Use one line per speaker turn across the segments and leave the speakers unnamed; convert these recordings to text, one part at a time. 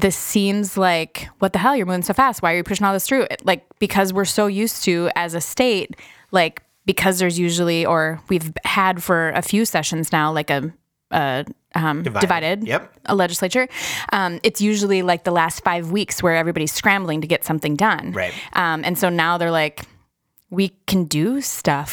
this seems like what the hell you're moving so fast why are you pushing all this through It- like because we're so used to as a state like because there's usually or we've had for a few sessions now like a, a um, divided.
Yep.
a legislature um, it's usually like the last five weeks where everybody's scrambling to get something done
Right.
um, and so now they're like we can do stuff.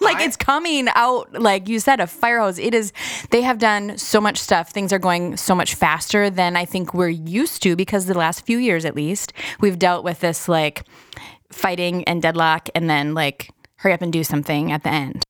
like it's coming out, like you said, a fire hose. It is, they have done so much stuff. Things are going so much faster than I think we're used to because the last few years, at least, we've dealt with this like fighting and deadlock and then like hurry up and do something at the end.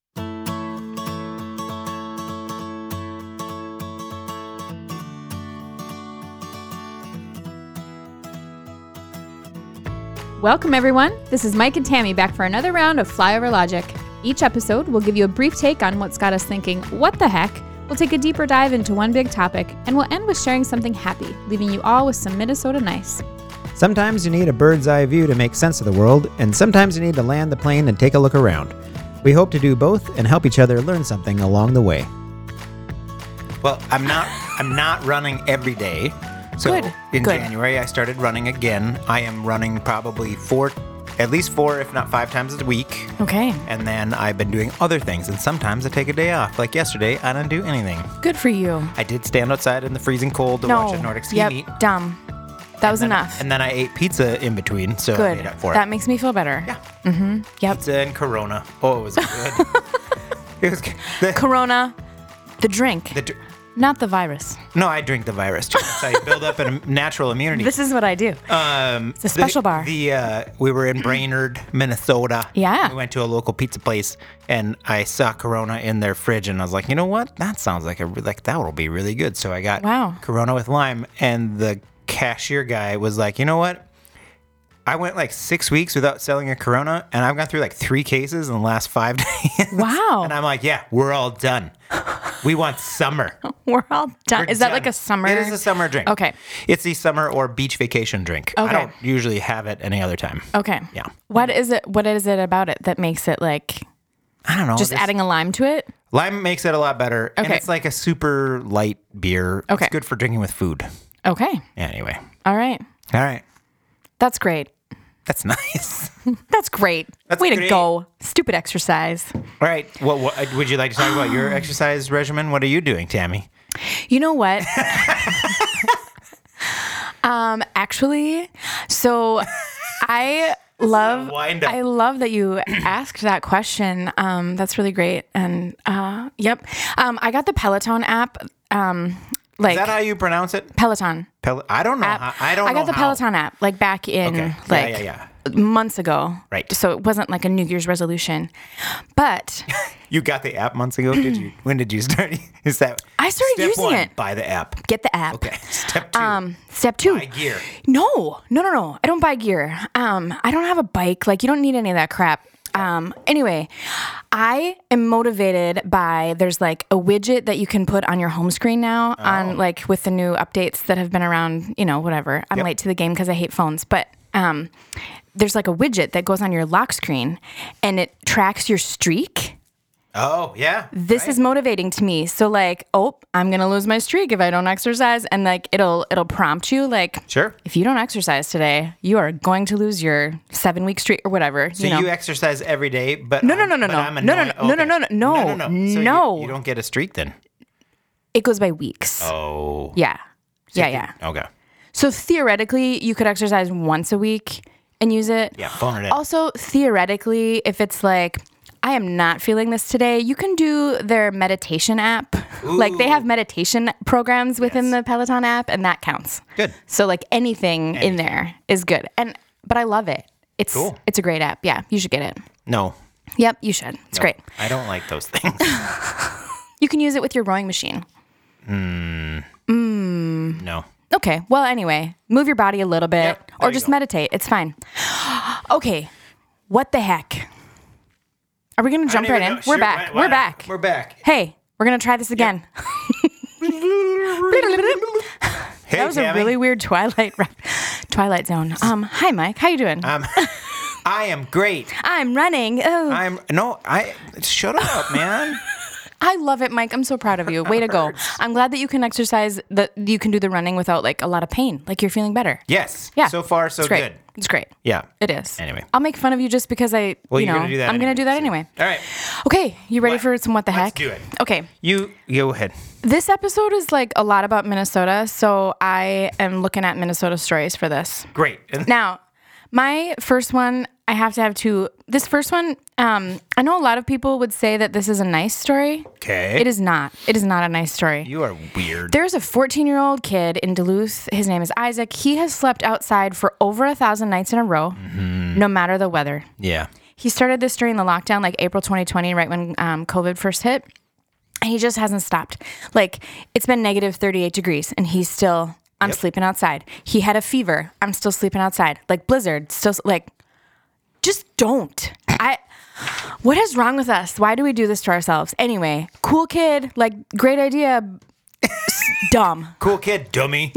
Welcome, everyone. This is Mike and Tammy back for another round of Flyover Logic. Each episode, we'll give you a brief take on what's got us thinking, what the heck? We'll take a deeper dive into one big topic, and we'll end with sharing something happy, leaving you all with some Minnesota nice.
Sometimes you need a bird's eye view to make sense of the world, and sometimes you need to land the plane and take a look around. We hope to do both and help each other learn something along the way.
Well, I'm not I'm not running every day. So
Good,
in
good.
January I started running again. I am running probably four at least four, if not five times a week.
Okay.
And then I've been doing other things and sometimes I take a day off. Like yesterday, I didn't do anything.
Good for you.
I did stand outside in the freezing cold to watch a Nordic ski
yep.
meet. That
Dumb. That was enough.
And then I ate pizza in between, so I
Good.
made up for
That
it.
makes me feel better.
Yeah.
Yep.
Pizza and Corona. Oh, it was good. it was good. The,
Corona, the drink,
the, dr-
not the virus.
no, I drink the virus. too. So I build up a natural immunity.
This is what I do.
Um,
a special
the,
bar.
The uh, we were in Brainerd, Minnesota.
Yeah.
we went to a local pizza place, and I saw Corona in their fridge, and I was like, you know what? That sounds like a re- like that will be really good. So I got
Wow.
Corona with lime, and the cashier guy was like, you know what? I went like six weeks without selling a Corona, and I've gone through like three cases in the last five days.
Wow.
And I'm like, yeah, we're all done. We want summer.
We're all done.
We're
is that
done.
like a summer?
It is a summer drink.
Okay.
It's the summer or beach vacation drink.
Okay. Oh,
I don't usually have it any other time.
Okay.
Yeah.
What is it? What is it about it that makes it like
I don't know.
just
this-
adding a lime to it?
lime makes it a lot better. And
Okay.
it's like a super light beer.
Okay.
It's good for drinking with food.
Okay.
Anyway.
All right.
All right.
That's great.
That's nice.
That's great.
That's
Way to
great.
go. Stupid exercise.
All right. Well, what, would you like to talk about your exercise regimen? What are you doing, Tammy?
You know what? um actually, so I love
wind-up.
I love that you asked that question. Um that's really great and uh yep. Um I got the Peloton app um like
Is that how you pronounce it?
Peloton.
Pel- I don't know. How, I don't
I
know.
got the
how.
Peloton app like back in
Okay. Yeah,
like
yeah, yeah.
months ago.
Right.
So it wasn't like a New Year's resolution. But
You got the app months ago, did you? When did you start? Is that
I started
step
using
one,
it.
Buy the app.
get the app.
Okay. Step two.
Um, step two.
buy gear.
No, no, no, no. I don't buy gear. Um, I don't have a bike. Like you don't need any of that crap. Um, anyway, I am motivated by there's like a widget that you can put on your home screen now
Oh.
on like with the new updates that have been around, you know, whatever. I'm late to the game because I hate phones, but um, there's like a widget that goes on your lock screen and it tracks your streak.
Oh yeah.
this is motivating to me. So like, oh, I'm gonna lose my streak if I don't exercise, and like it'll it'll prompt you like,
Sure.
if you don't exercise today, you are going to lose your seven week streak or whatever.
So
you
you,
know,
exercise every day, but
no, no,
I'm-
no,
but
no.
I'm
No, no,
annoyed-
no, no, no, no, no,
no, no, So you-
no.
you, don't get a streak then.
it goes by weeks.
Oh,
Yeah, yeah, yeah.
okay.
So theoretically, you could exercise once a week and use it.
Yeah, phone it in.
Also, theoretically, if it's like, I am not feeling this today, you can do their meditation app. Like they have meditation programs within the Peloton app, and that counts.
Good.
So like anything, in there is good. And but I love it. It's
Cool.
it's a great app. Yeah, you should get it.
No,
Yep, you should. It's great.
I don't like those things.
You can use it with your rowing machine.
No.
Okay. Well, anyway, move your body a little bit
Yep, there
or
you
just
go.
meditate. It's fine. okay. What the heck? Are we going to jump right in? We're back. We're back.
We're back.
hey, we're going to try this again.
Hey,
that was a really weird Twilight rep- Twilight Zone. Um, hi Mike. How you doing?
Um, I am great.
Ah. I'm running. Oh.
I'm no. I shut up, man.
I love it, Mike. I'm so proud of you. Way to go. I'm glad that you can exercise that you can do the running without like a lot of pain. Like you're feeling better.
Yes.
Yeah.
So far, so
it's great.
good.
It's great.
Yeah.
It is.
Anyway.
I'll make fun of you just because I
Well,
you
you're
know,
gonna do that
I'm going
anyway,
to do that
so-
anyway.
All right.
Okay, you ready
What?
for some what the
Let's
heck?
do it.
Okay.
You go ahead.
This episode is like a lot about Minnesota, so I am looking at Minnesota stories for this.
Great. And
Now, my first one, I have to have two. This first one, um, I know a lot of people would say that this is a nice story.
okay.
It is not. It is not a nice story.
Eh? You are weird.
There's a 14 year old kid in Duluth. His name is Isaac. He has slept outside for over a thousand nights in a row, no matter the weather.
yeah.
He started this during the lockdown, like April 2020, right when um, COVID first hit. And he just hasn't stopped. Like, it's been negative 38 degrees, and he's still, I'm sleeping outside. He had a fever. I'm still sleeping outside. Like, blizzard, still, s- like, just don't. I, what is wrong with us? Why do we do this to ourselves? Anyway, cool kid, like, great idea. s- dumb.
Cool kid, dummy.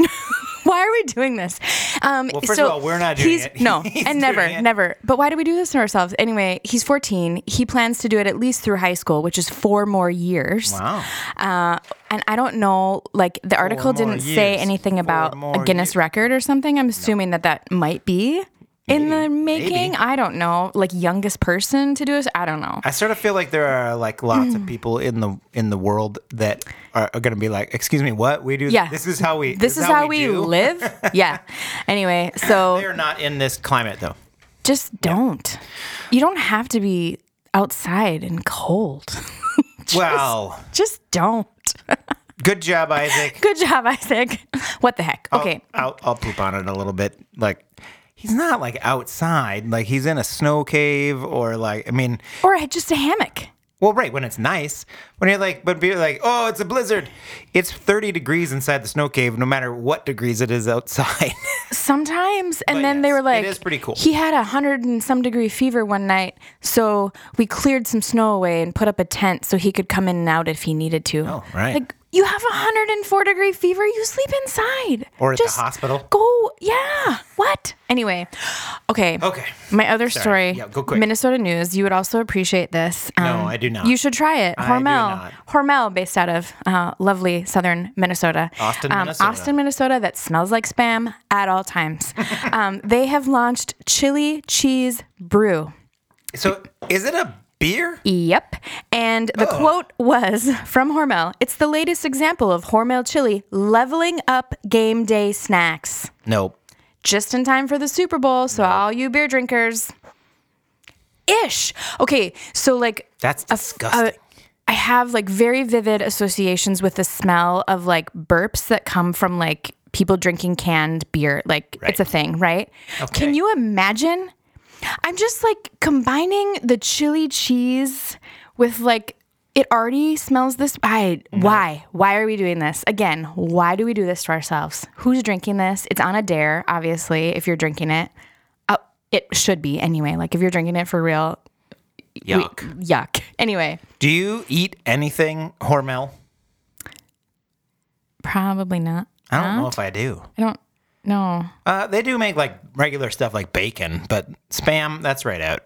Why are we doing this? Um,
Well, first of all, we're not doing
he's,
it.
No,
He's
and never,
doing it.
never. But why do we do this to ourselves? Anyway, he's 14. He plans to do it at least through high school, which is four more years.
Wow.
Uh, and I don't know, like the article
more
didn't say
years.
anything
Four
about
more
a Guinness
years.
record or something. I'm assuming that that might be in the making. I don't know, like youngest person to do this. I don't know.
I sort of feel like there are like lots of people in the in the world that are, are going to be like, "Excuse me, what we do?
Yeah.
This is how we.
this is how, we,
do."
live. yeah. Anyway, so
They are not in this climate though.
just don't. You don't have to be outside and cold.
Wow.
Just don't.
Good job, Isaac.
Good job, Isaac. What the heck?
I'll-
Okay.
I'll, I'll poop on it a little bit. Like, he's not like outside. Like, he's in a snow cave or like, I mean,
Or just a hammock.
well, right, when it's nice. When you're like, but be like, oh, it's a blizzard. It's 30 degrees inside the snow cave, no matter what degrees it is outside.
Sometimes. And
But
then they
yes,
were
it
like,
is pretty cool.
He had a hundred and some degree fever one night. So we cleared some snow away and put up a tent so he could come in and out if he needed to.
Oh, right.
Like, you have a 104 degree fever. You sleep inside.
Or at the
Just
hospital.
Go. Yeah. What? Anyway. Okay.
okay.
My other story,
Yeah, go quick.
Minnesota News. You would also appreciate this. um,
No, I do not.
You should try it.
I do
Hormel.
not.
Hormel, based out of uh, lovely southern Minnesota.
Austin, Minnesota.
Um, Austin, Minnesota, that smells like spam at all times. um, they have launched chili cheese brew.
So, is it a beer?
Yep. And the
Oh.
quote was from Hormel It's the latest example of Hormel chili leveling up game day snacks
No.
just in time for the Super Bowl. So all you beer drinkers, ish. Okay, so like
That's disgusting.
I have like very vivid associations with the smell of like burps that come from like people drinking canned beer. Like it's a
Right.
thing, right?
Okay.
Can you imagine? I'm just like combining the chili cheese with like it already smells this I
Mm-hmm.
why why are we doing this again why do we do this to ourselves who's drinking this it's on a dare obviously if you're drinking it uh, it should be anyway like if you're drinking it for real we-
Yuck.
yuck anyway
do you eat anything Hormel?
Probably not.
I don't know if I do.
I don't know.
Uh, they do make like regular stuff like bacon, but spam, that's right out.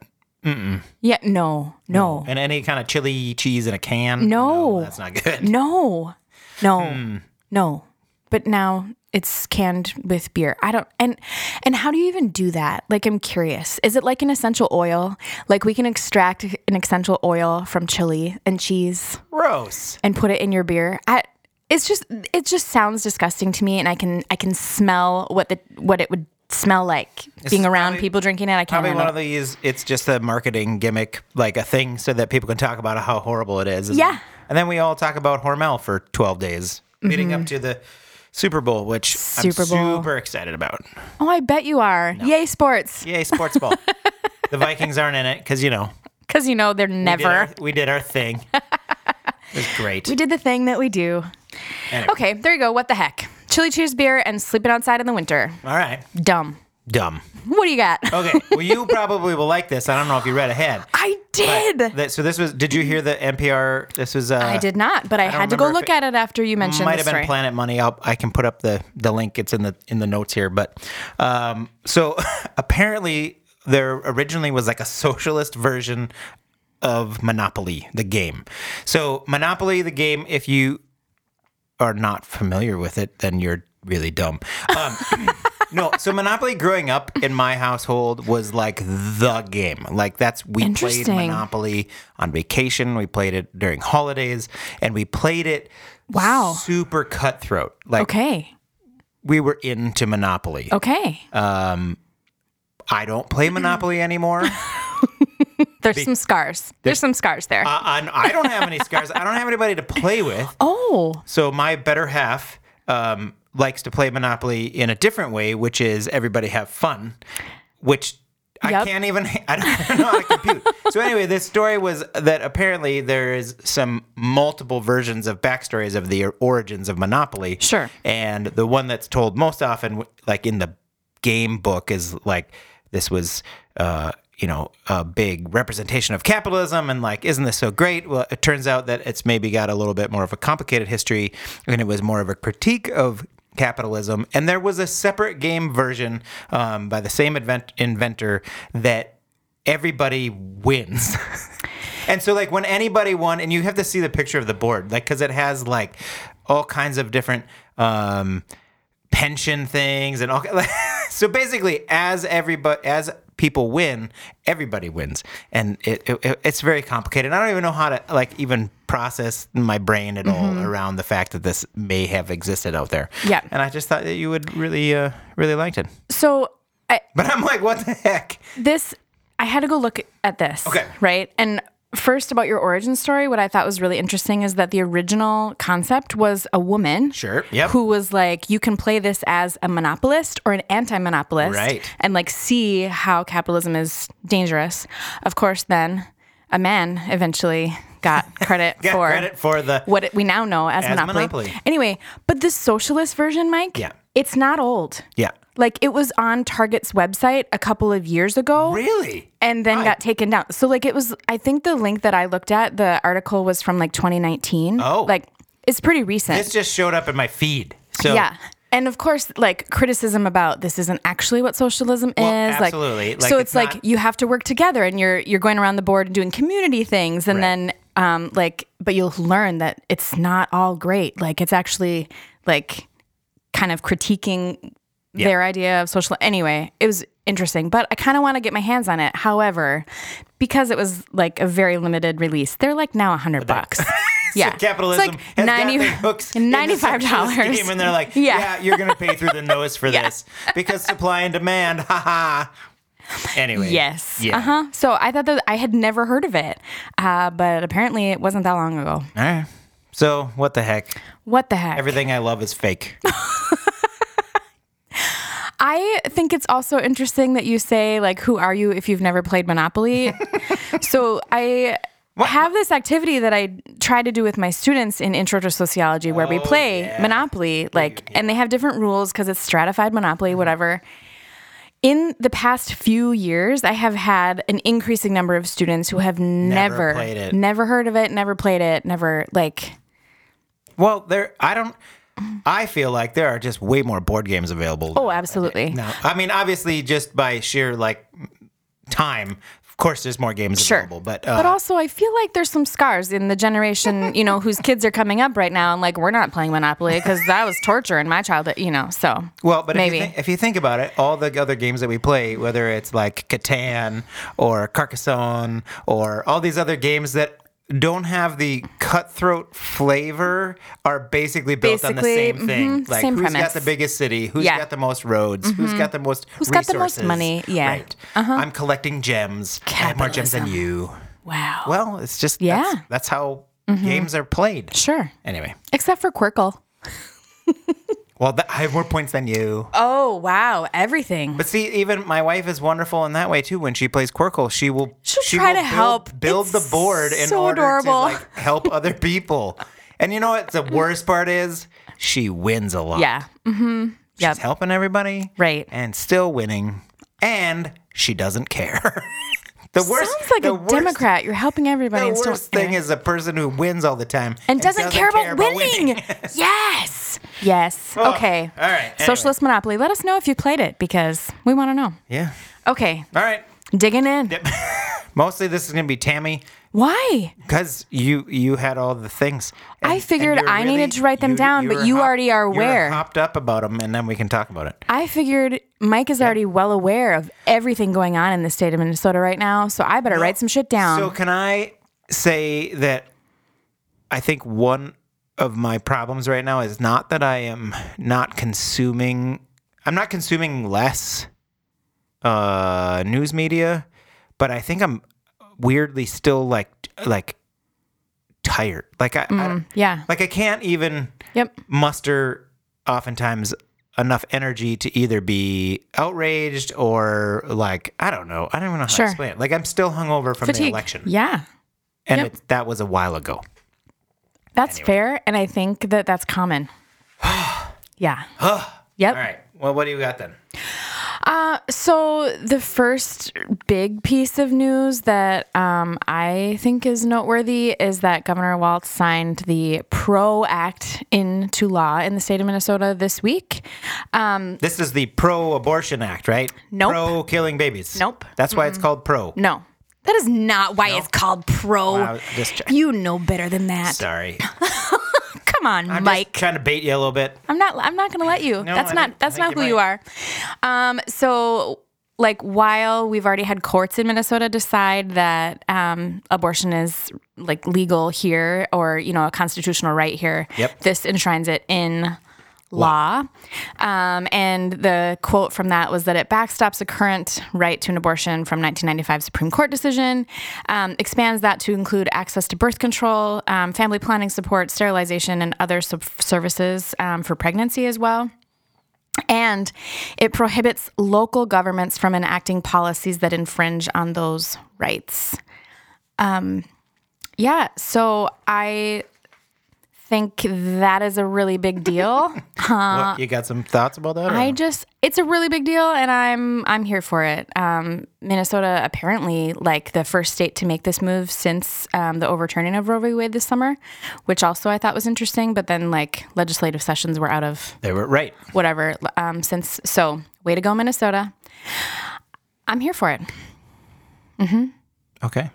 Yeah, no, no,
And any kind of chili cheese in a can.
Oh. No.
that's not good.
no, no,
Hmm.
no. But now it's canned with beer. I don't and and how do you even do that? Like I'm curious. Is it like an essential oil? Like we can extract an essential oil from chili and cheese
Gross.
and put it in your beer? I it's just it just sounds disgusting to me and I can I can smell what the what it would smell like being
is
around
probably-
people drinking it. I can't
Probably
handle
one
it.
of these. It's just a marketing gimmick, like a thing, so that people can talk about how horrible it is. And-
Yeah.
And then we all talk about Hormel for 12 days, leading up to the Super Bowl, which
Mm-hmm. Super
I'm
Bowl.
super excited about.
Oh, I bet you are. Yay sports.
Yay, sports ball. the Vikings aren't in it because you know
Because you know they're
we did, our,
never.
we did our thing. It was great.
We did the thing that we do.
Anyway.
Okay, there you go. What the heck? Chili cheese beer and sleeping outside in the winter.
All right.
Dumb.
Dumb.
What do you got?
Okay. Well, you probably will like this. I don't know if you read ahead.
I did.
But uh, that- so this was. Did you hear the NPR? This was. Uh,
I did not, but I, had to go
remember if
look at it after you mentioned
Might
the
have been
story.
Planet Money. I'll, I can put up the the link. It's in the in the notes here. But um, so apparently there originally was like a socialist version of Monopoly, the game. So, Monopoly, the game, if you are not familiar with it, then you're really dumb. Um, no, so Monopoly growing up in my household was like the game. Like, that's we played
Interesting.
Monopoly on vacation, we played it during holidays, and we played it
Wow.
super cutthroat. Like,
Okay. Oh.
we were into Monopoly.
Okay.
Uh, I don't play Monopoly anymore. I,
There's some scars. There's some scars there.
I, I don't have any scars. I don't have anybody to play with.
oh,
So my better half um, likes to play Monopoly in a different way, which is everybody have fun, which I
Yep.
can't even, I don't, know how to compute. so anyway, this story was that apparently there is some multiple versions of backstories of the origins of Monopoly.
Sure.
And the one that's told most often, like in the game book, is like this was, uh, you know, a big representation of capitalism, and like, isn't this so great? Well, it turns out that it's maybe got a little bit more of a complicated history, and it was more of a critique of capitalism. And there was a separate game version um, by the same invent- inventor that everybody wins. And so, like, when anybody won, and you have to see the picture of the board, like, because it has like all kinds of different um, pension things and all. Like, so basically, as everybody, as people win, everybody wins, and it, it it's very complicated. I don't even know how to like even process in my brain at all around the fact that this may have existed out there.
Mm-hmm. Yeah.
and I just thought that you would really, uh, really liked it.
so I,
But I'm like, what the heck?
this I had to go look at this.
Okay.
Right? And first about your origin story, what I thought was really interesting is that the original concept was a woman.
Sure. Yep.
Who was like, you can play this as a monopolist or an anti monopolist
Right.
and like see how capitalism is dangerous. Of course, then a man eventually got credit
Got
for
credit for the
what it- we now know as,
As
monopoly.
Monopoly.
Anyway, but this socialist version, Mike,
Yeah.
it's not old.
yeah.
Like it was on Target's website a couple of years ago
Really?
and then
Right.
got taken down. So like it was I think the link that I looked at, the article was from like 2019.
Oh.
Like it's pretty recent.
This just showed up in my feed. So
yeah. And of course, like criticism about this isn't actually what socialism
Well,
is.
absolutely.
Like,
Like,
so
it's
it's, like
not-
you have to work together, and you're you're going around the board and doing community things, and
Right.
then um like, but you'll learn that it's not all great. Like it's actually like kind of critiquing their idea of social. Anyway, it was interesting, but I kind of want to get my hands on it. However, because it was like a very limited release, they're like now a hundred bucks. Yeah, It's
capitalism
like
has got
90
their hooks in the
$95.
socialist game, and they're like,
Yeah.
yeah, you're gonna pay through the nose for this because supply and demand. Ha ha. Anyway.
Yes.
Yeah.
Uh huh. So I thought that I had never heard of it, uh, but apparently it wasn't that long ago.
All right. So what the heck?
What the heck?
Everything I love is fake.
I think it's also interesting that you say like, "Who are you?" if you've never played Monopoly. so I. have this activity that I try to do with my students in Intro to Sociology where
Oh,
we play Monopoly, like, and they have different rules because it's stratified Monopoly,
Mm-hmm.
whatever. In the past few years, I have had an increasing number of students who have never,
played it.
never heard of it, never played it, never like
well, there. I don't. I feel like there are just way more board games available.
Oh, absolutely.
No, I mean obviously just by sheer like time. Of course, there's more games
Sure.
available, but uh,
But also, I feel like there's some scars in the generation, you know, whose kids are coming up right now, and like we're not playing Monopoly because that was torture in my childhood, you know. So
Well, but
maybe
If, you think, if you think about it, all the other games that we play, whether it's like Catan or Carcassonne or all these other games that don't have the cutthroat flavor are basically built on the
Basically,
same thing.
mhm,
like
same
who's
premise.
got the biggest city? Who's
Yeah. Mm-hmm.
got the most roads? Who's got the most
Who's got the most
resources?
money? Yeah. Uh-huh.
Right. I'm collecting gems. I have more gems than you.
wow,
Well, it's just
Yeah. Mm-hmm.
that's, that's how games are played.
sure,
Anyway.
except for Quirkle.
Well, that, I have more points than you.
Oh wow, everything.
But see, even my wife is wonderful in that way too. When she plays Quirkle, she will
She'll
she
try
will
to
build,
help.
build
It's
the board in
so
order
adorable.
to like help other people. And you know what? The worst part is she wins a lot.
Yeah,
she's
yep.
helping everybody,
Right.
And still winning, and she doesn't care. the worst
sounds like
the
a
worst-
Democrat. You're helping everybody.
The
and still-
worst thing is a person who wins all the time
and doesn't, care, about, winning. yes, yes.
Oh,
okay.
all right, anyway.
Socialist Monopoly. Let us know if you played it because we want to know.
Yeah.
Okay,
All right.
digging in.
Yep. Mostly this is going to be Tammy
Why?
because you you had all the things.
I figured
you're
I needed to write them down, but
were
you already are
you were
aware.
hopped up about them, and then we can talk about it.
I figured Mike is already well aware of everything going on in the state of Minnesota right now, so I better write some shit down.
So can I say that I think one of my problems right now is not that I am not consuming I'm not consuming less uh news media, but I think I'm weirdly still like like tired. Like I, I don't-
yeah.
like I can't even
Yep.
muster oftentimes enough energy to either be outraged or like I don't know. I don't even know how
Sure.
to explain it. Like I'm still hungover from the
Fatigue.
election,
Yeah.
and
Yep.
it, that was a while ago.
That's fair. And I think that that's common. yeah. yep.
All right. Well, what do you got then?
So the first big piece of news that um, I think is noteworthy is that Governor Walz signed the PRO Act into law in the state of Minnesota this week. Um,
This is the pro-abortion act, right?
Nope.
Pro killing babies.
Nope.
That's why it's called pro.
no, that is not why it's called PRO.
Wow, just check-
you know better than that.
Sorry.
Come on,
I'm
Mike.
just trying to bait you a little bit.
I'm not. I'm not going to let you. that's
I
not.
think-
That's
I think
not who you
you're
are. Um, so, like, while we've already had courts in Minnesota decide that um, abortion is like legal here, or you know, a constitutional right here,
Yep.
this enshrines it in law. Um, and the quote from that was that it backstops a current right to an abortion from 1995 Supreme Court decision, um, expands that to include access to birth control, um, family planning support, sterilization, and other sub- services um, for pregnancy as well. And it prohibits local governments from enacting policies that infringe on those rights. Um, yeah, so I think that is a really big deal.
what, you got some thoughts about that? or
Uh, I
no?
just it's a really big deal and I'm I'm here for it. Um, Minnesota apparently like the first state to make this move since um, the overturning of Roe v. Wade this summer, which also I thought was interesting, but then like legislative sessions were out of
they were right.
whatever um, since so way to go minnesota i'm here for it
Okay.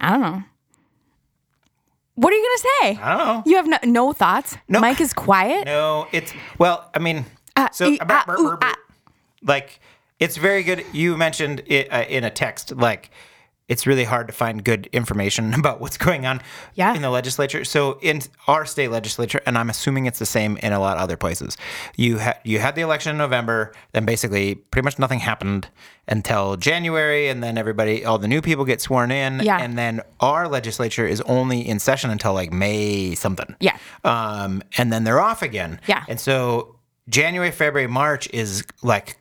i don't know what are you gonna say
I don't know.
you have no, no thoughts mike is quiet
No, it's well. I mean, so
ee,
about-
ah, ooh, ah.
like it's very good. You mentioned it uh, in a text, like it's really hard to find good information about what's going on
Yeah.
in the legislature. So in our state legislature, and I'm assuming it's the same in a lot of other places. You had you had the election in November, then basically pretty much nothing happened until January, and then everybody, all the new people get sworn in,
Yeah.
and then our legislature is only in session until like May something
Yeah.
um, and then they're off again.
Yeah.
And so January, February, March is like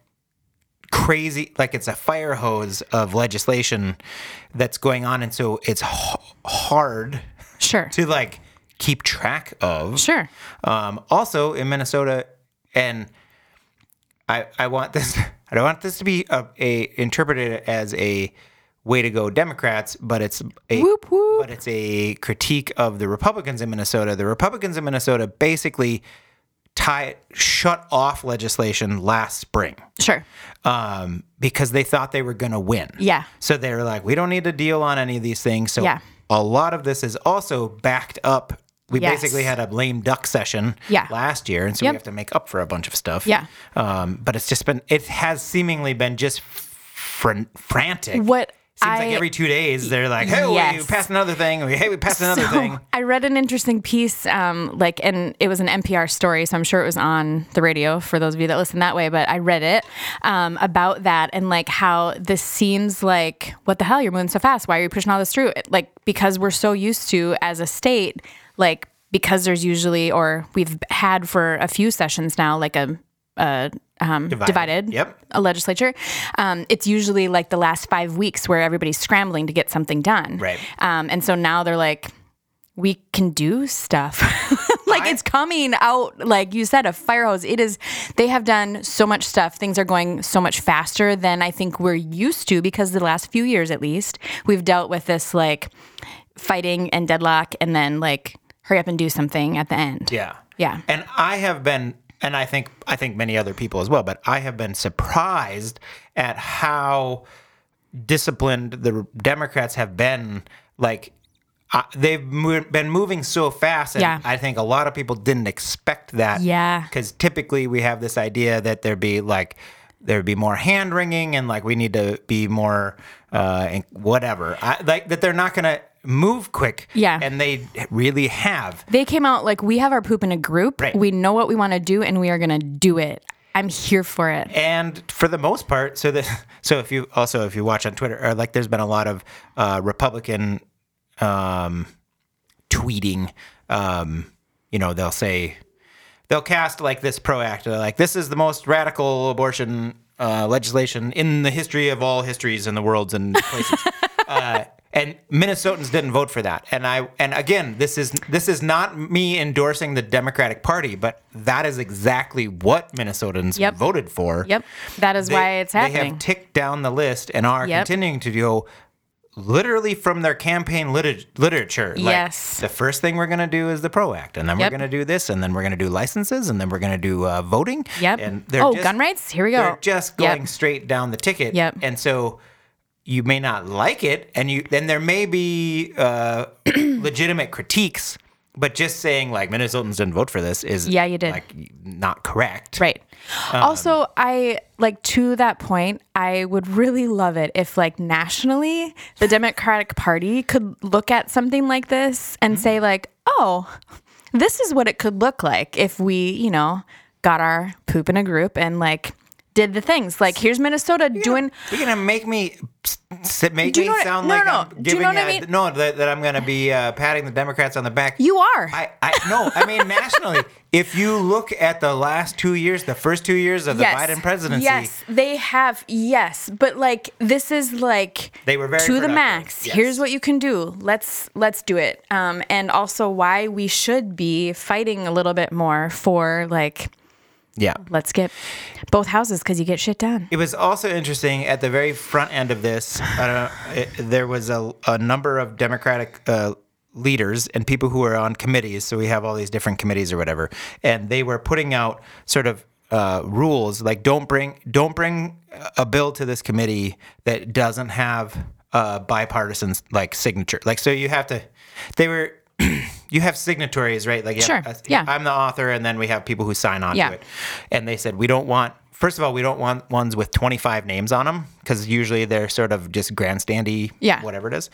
crazy, like it's a fire hose of legislation that's going on, and so it's h- hard
sure
to like keep track of.
sure
Um, also in Minnesota, and I I want this I don't want this to be a, a interpreted as a way to go Democrats, but it's a
Whoop, whoop.
but it's a critique of the Republicans in Minnesota. The Republicans in Minnesota basically tie shut off legislation last spring
sure
um, because they thought they were going to win.
Yeah.
So they were like, we don't need to deal on any of these things. So
Yeah.
a lot of this is also backed up. We
Yes.
basically had a lame duck session
Yeah.
last year, and so
Yep.
we have to make up for a bunch of stuff.
Yeah.
Um, but it's just been, it has seemingly been just fran- frantic.
What
Seems
I-
like every two days they're like, hey, we
Yes.
passed another thing. We, hey, we passed another thing.
I read an interesting piece, um, like, and it was an NPR story, so I'm sure it was on the radio for those of you that listen that way. But I read it um, about that and like how this seems like, what the hell? You're moving so fast. Why are you pushing all this through? It- Like, because we're so used to as a state, like, because there's usually, or we've had for a few sessions now, like a
Divided.
divided
Yep.
a legislature um, it's usually like the last five weeks where everybody's scrambling to get something done
Right.
um, and so now they're like we can do stuff like it's coming out like you said a fire hose it is they have done so much stuff things are going so much faster than i think we're used to because the last few years at least we've dealt with this like fighting and deadlock and then like hurry up and do something at the end
Yeah.
Yeah.
And I have been and I think I think many other people as well, but I have been surprised at how disciplined the Democrats have been, like uh, they've mo- been moving so fast, and
Yeah.
I think a lot of people didn't expect that.
Yeah.
because typically we have this idea that there'd be like there'd be more hand wringing, and like we need to be more uh, and whatever. I, like that they're not gonna move quick.
Yeah.
and they really have.
They came out like we have our poop in a group.
Right.
We know what we want to do and we are going to do it. I'm here for it.
and for the most part, so that so if you also if you watch on Twitter, or like there's been a lot of uh, Republican um, tweeting. Um, you know, they'll say they'll cast like this pro act, they're like this is the most radical abortion uh, legislation in the history of all histories in the worlds and places. uh, and Minnesotans didn't vote for that. And I and again, this is this is not me endorsing the Democratic Party, but that is exactly what Minnesotans
Yep.
voted for.
Yep. That is
They-
why it's
They
happening.
have ticked down the list and are
Yep.
continuing to go literally from their campaign lit- literature. Like,
Yes.
The first thing we're going to do is the PRO Act, and then
Yep.
we're going to do this, and then we're going to do licenses, and then we're going to do uh, voting.
Yep.
And
Oh, gun rights? Here we go.
They're just
Yep.
going straight down the ticket.
Yep.
And so you may not like it, and you then there may be uh, legitimate critiques. But just saying like Minnesotans didn't vote for this is
Yeah, you did.
like not correct.
Right.
um,
also, I like to that point, I would really love it if, like, nationally, the Democratic Party could look at something like this and
Mm-hmm.
say, like, oh, this is what it could look like if we, you know, got our poop in a group and, like, did the things. Like, here's Minnesota doing.
You're gonna make me s- s- make
Do you
me
know what-
sound
no,
like
no,
I'm
do you
giving
know what I
a-
mean?
no that, that I'm gonna be uh, patting the Democrats on the back.
You are.
I, I no, I mean nationally. if you look at the last two years, the first two years of the Biden presidency,
Yes, they have. Yes, but like this is like
They were very
to the
productive,
max.
yes.
Here's what you can do. Let's let's do it. Um, and also why we should be fighting a little bit more for like
yeah.
let's get both houses because you get shit done.
It was also interesting at the very front end of this. I don't know, it, there was a, a number of Democratic uh, leaders and people who are on committees. So we have all these different committees or whatever, and they were putting out sort of uh, rules like don't bring don't bring a bill to this committee that doesn't have a bipartisan like signature. Like so you have to. They were. You have signatories, right? Like,
Sure,
have-
yeah.
I'm the author, and then we have people who sign on
Yeah.
to it. And they said, we don't want, first of all, we don't want ones with 25 names on them because usually they're sort of just grandstandy,
Yeah.
whatever it is.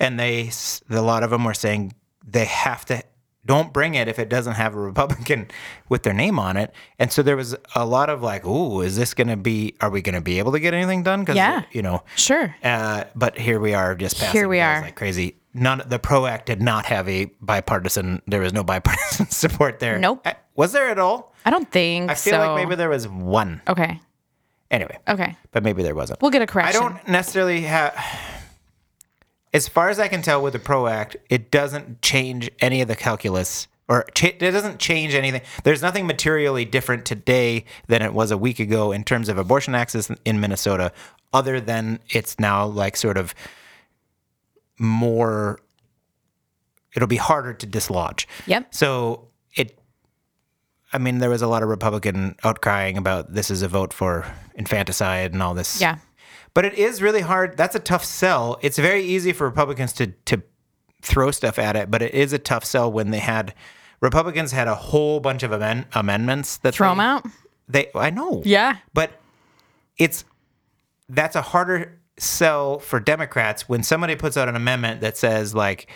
And they, s- a lot of them were saying they have to, don't bring it if it doesn't have a Republican with their name on it. And so there was a lot of like, ooh, is this going to be, are we going to be able to get anything done? Cause,
Yeah.
you know,
Sure.
uh, but here we are, just passing
Here we
bills
are.
like crazy. None the PRO Act did not have a bipartisan. There was no bipartisan support there.
Nope.
I- was there at all?
I don't think
I feel
so.
like maybe there was one.
okay.
Anyway,
Okay.
but maybe there wasn't.
We'll get a
I
correction.
don't necessarily have. As far as I can tell, with the PRO Act, it doesn't change any of the calculus, or cha- it doesn't change anything. There's nothing materially different today than it was a week ago in terms of abortion access in Minnesota, other than it's now like sort of more. It'll be harder to dislodge.
Yep.
So it, I mean, there was a lot of Republican outcrying about this is a vote for infanticide and all this.
Yeah.
But it is really hard. That's a tough sell. It's very easy for Republicans to to throw stuff at it, but it is a tough sell when they had Republicans had a whole bunch of amend, amendments that
Throw
they-
them out.
They I know.
Yeah.
But it's that's a harder sell for Democrats when somebody puts out an amendment that says like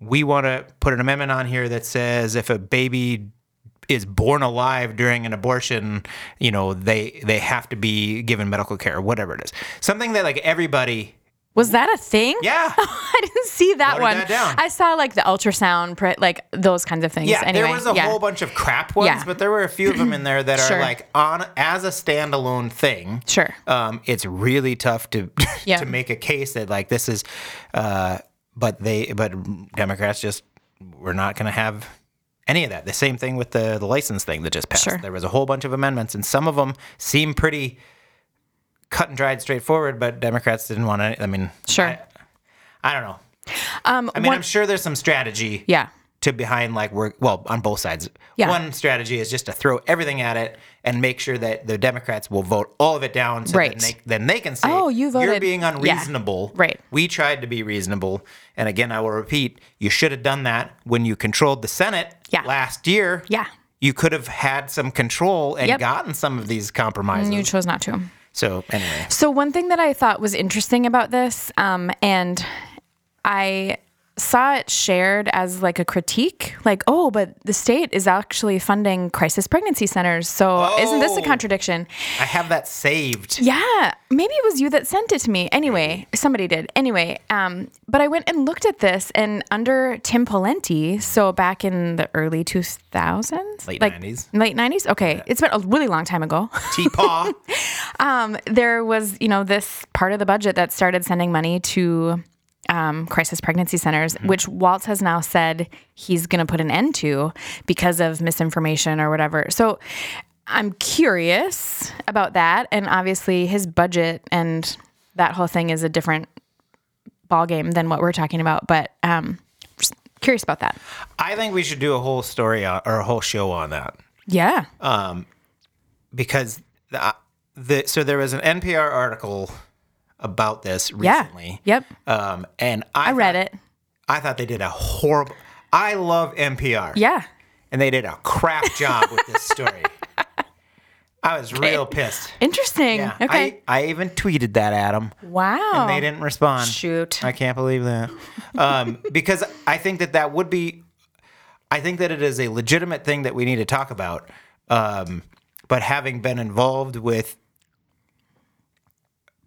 we want to put an amendment on here that says if a baby is born alive during an abortion, you know, they they have to be given medical care or whatever it is. Something that like everybody,
Was that a thing?
yeah.
I didn't see that
Watered
one.
that down.
I saw like the ultrasound, print, like those kinds of things.
Yeah,
anyway,
there was a
yeah.
whole bunch of crap ones,
Yeah.
but there were a few of them in there that
Sure.
are like on as a standalone thing.
Sure.
um, it's really tough to
Yeah.
to make a case that like this is, uh, but they but Democrats just we're not going to have any of that. The same thing with the the license thing that just passed.
Sure.
There was a whole bunch of amendments, and some of them seem pretty cut and dried, straightforward. But Democrats didn't want to. I mean,
Sure.
I, I don't know.
um,
I mean,
one-
I'm sure there's some strategy
yeah.
to behind like we're well on both sides.
Yeah.
One strategy is just to throw everything at it and make sure that the Democrats will vote all of it down. So
Right.
Then they, then they can say,
Oh, you
You're
voted-
being
yeah.
unreasonable.
Right.
We tried to be reasonable, and again, I will repeat: you should have done that when you controlled the Senate
Yeah.
last year.
Yeah.
You could have had some control and
Yep. Mm.
gotten some of these compromises.
You chose not to.
so anyway,
So one thing that I thought was interesting about this, um, and I saw it shared as like a critique, like, oh, but the state is actually funding crisis pregnancy centers, so isn't this a
Oh.
contradiction?
I have that saved.
Yeah, maybe it was you that sent it to me. Anyway, somebody did. Anyway, um, but I went and looked at this, and under Tim Pawlenty, so back in the early two thousands,
Late 90s.
late nineties. Okay, it's been a really long time ago.
T-Paw.
there was, you know, this part of the budget that started sending money to um, crisis pregnancy centers,
Mm-hmm.
which Waltz has now said he's going to put an end to because of misinformation or whatever. So I'm curious about that, and obviously his budget and that whole thing is a different ball game than what we're talking about. But um, just curious about that.
I think we should do a whole story on, or a whole show on that
Yeah.
because the, uh, the so there was an NPR article about this
yeah.
recently.
Yep.
Um, and I,
I read it.
I thought they did a horrible. I love NPR.
Yeah.
And they did a crap job with this story. I was real pissed.
Interesting.
Yeah.
Okay.
I, I even tweeted that at them.
wow.
and they didn't respond.
Shoot.
I can't believe that. Um, because I think that that would be, I think that it is a legitimate thing that we need to talk about. Um, but having been involved with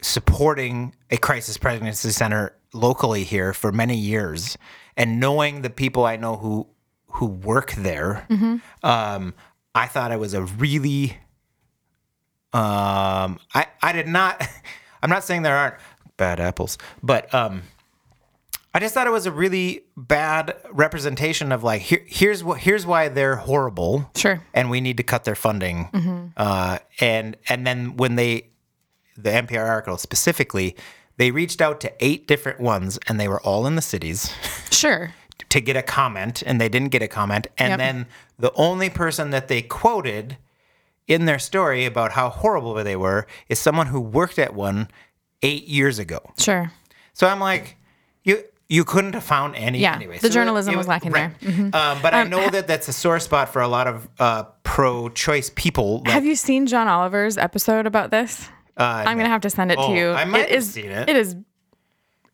supporting a crisis pregnancy center locally here for many years, and knowing the people I know who who work there, um, I thought it was a really um, I I did not. I'm not saying there aren't bad apples, but um, I just thought it was a really bad representation of like here, here's what here's why they're horrible.
Sure.
And we need to cut their funding. Uh, and and then when they the NPR article specifically, they reached out to eight different ones, and they were all in the cities
Sure.
to get a comment and they didn't get a comment and
Yep.
then the only person that they quoted in their story about how horrible they were is someone who worked at one 8 years ago.
Sure.
So I'm like you you couldn't have found any
Yeah,
anyway.
the
So
journalism was lacking there. Mm-hmm.
Um, but I know that that's a sore spot for a lot of uh, pro-choice people. Like,
Have you seen John Oliver's episode about this?
uh,
I'm gonna have to send it
Oh,
to you.
I might
it
have
is,
seen it.
It is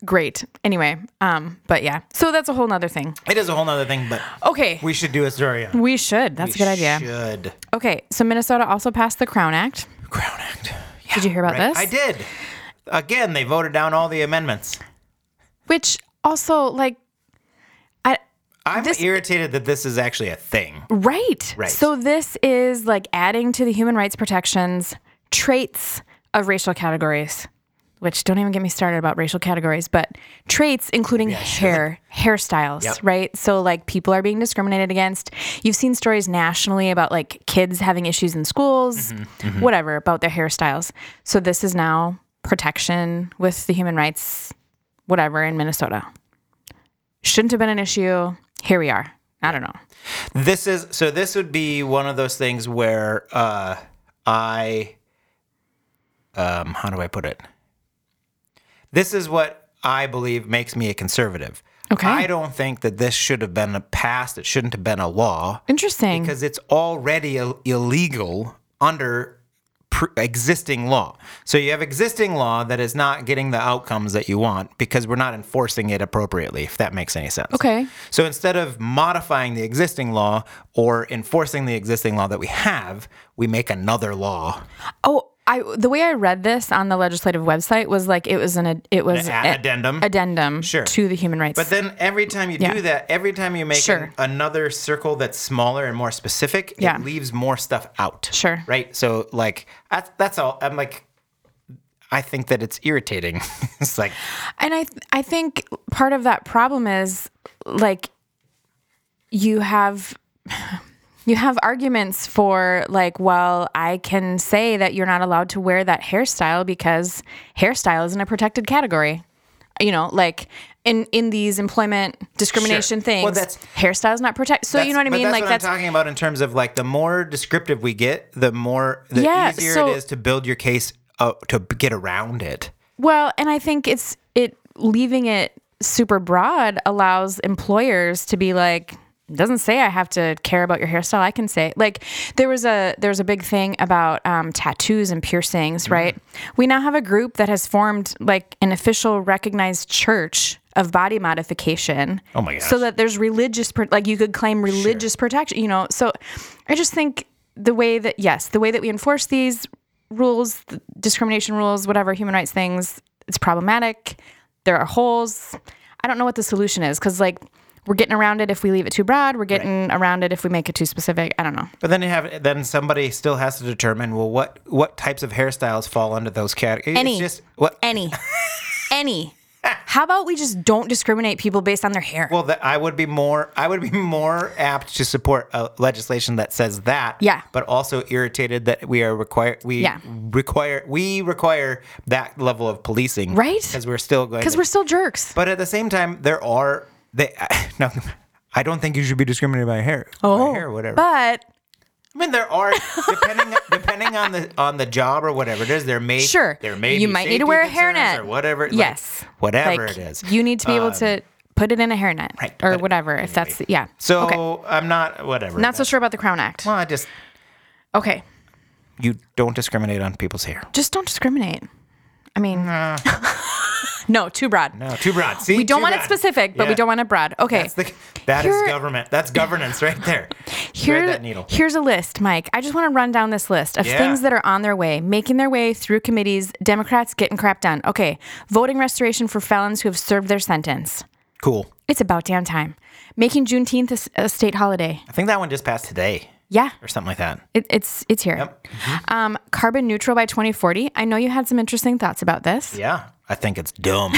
great. Anyway, um, but yeah. So that's a whole nother thing.
it is a whole nother thing, but
Okay. We,
we should do a story on. it.
should. That's a good idea.
Should
Okay. So Minnesota also passed the Crown Act.
Crown Act.
Did you hear about
Right?
this?
I did. Again, they voted down all the amendments.
Which also like I
I'm
This-
irritated that this is actually a thing.
Right.
Right.
So this is like adding to the human rights protections traits of racial categories, which don't even get me started about racial categories, but traits including hair, hairstyles,
Yep.
right? So like people are being discriminated against. You've seen stories nationally about like kids having issues in schools,
Mm-hmm,
whatever, about their hairstyles. So this is now protection with the human rights whatever in Minnesota. Shouldn't have been an issue. Here we are. I don't know.
This is so. This would be one of those things where uh, I, um, how do I put it? This is what I believe makes me a conservative.
Okay.
I don't think that this should have been a passed. It shouldn't have been a law
Interesting.
because it's already Ill- illegal under pre- existing law. So you have existing law that is not getting the outcomes that you want because we're not enforcing it appropriately. If that makes any sense.
okay.
So instead of modifying the existing law or enforcing the existing law that we have, we make another law,
Oh, I the way I read this on the legislative website was like it was an ad- it was
an
a-
addendum.
addendum
Sure.
to the human rights.
But then every time you
Yeah.
do that, every time you make
Sure.
an- another circle that's smaller and more specific,
Yeah.
it leaves more stuff out.
Sure.
Right. So like that's that's all. I'm like, I think that it's irritating. it's like
and I th- I think part of that problem is like you have you have arguments for like well I can say that you're not allowed to wear that hairstyle because hairstyle isn't a protected category. You know, like in in these employment discrimination
Sure.
things.
Well, that's-
hairstyles not protect. So you know what I
But
mean?
that's
like
what
that's
I'm talking about in terms of like the more descriptive we get, the more the
Yeah,
easier
so-
it is to build your case uh, to b- get around it.
Well, and I think it's it leaving it super broad allows employers to be like "It doesn't say I have to care about your hairstyle. I can say like there was a there was a big thing about um, tattoos and
Mm-hmm.
piercings, right? We now have a group that has formed like an official recognized church of body modification.
Oh my gosh.
So that there's religious pro- like you could claim religious protection, you know. So I just think the way that yes, the way that we enforce these rules, th- discrimination rules, whatever human rights things, it's problematic. There are holes. I don't know what the solution is because like we're getting around it if we leave it too broad. We're getting around it if we make it too specific. I don't know.
But then you have then somebody still has to determine well what what types of hairstyles fall under those categories.
Any.
It's just what
Any, any. How about we just don't discriminate people based on their hair?
well that I would be more I would be more apt to support uh, legislation that says that.
Yeah.
But also irritated that we are required we
Yeah.
require we require that level of policing.
Right?
Because we're still going
Because
to-
we're still jerks.
But at the same time, there are they. No, I don't think you should be discriminated by hair.
Oh.
by hair, or whatever.
But
I mean, there are depending depending on the on the job or whatever it is. There may
Sure.
there may
You
be
might need to
safety
wear a
concerns
hairnet.
or whatever. like,
yes,
whatever
Like,
it is.
you need to be able
Um,
to put it in a hairnet
right,
or
but
whatever. If that's yeah.
So
okay.
I'm not whatever.
not so sure about the Crown Act.
Well, I just
Okay,
you don't discriminate on people's hair.
just don't discriminate. I mean, no, too broad.
No, Oh, too broad. See,
We don't
Too
want it
broad.
specific, but we
Yeah.
don't want it broad. Okay.
That's the, that is
Here-
government. That's governance right there.
Here-
Thread that needle.
Here's a list, Mike. I just want to run down this list of
Yeah.
things that are on their way, making their way through committees, Democrats getting crap done. Okay. Voting restoration for felons who have served their sentence.
Cool.
It's about damn time. Making Juneteenth a s- a, state holiday.
I think that one just passed today
Yeah.
or something like that.
It, it's it's here.
Yep. Mm-hmm.
Um, carbon neutral by 2040. I know you had some interesting thoughts about this.
Yeah, I think it's dumb.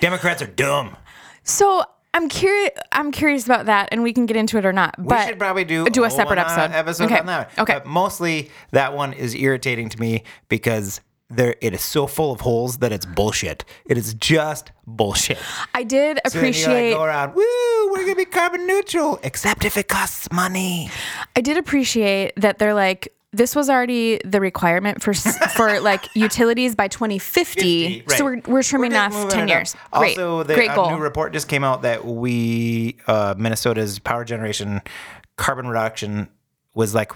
Democrats are dumb.
So I'm curious. I'm curious about that, and we can get into it or not. But
we should probably do
do a
whole
separate
one, uh,
episode.
episode
okay.
on that.
Okay.
But mostly that one is irritating to me because there it is so full of holes that it's bullshit. It is just bullshit.
I did
So then you, like,
appreciate.
go around. Woo, we're gonna be carbon neutral, except if it costs money.
I did appreciate that they're like. This was already the requirement for s- for like utilities by 2050.
50, right.
So we're, we're trimming
just
off
moving
10
it up.
years. Great.
Also, the
Great
uh,
goal.
new report just came out that we uh, Minnesota's power generation carbon reduction was like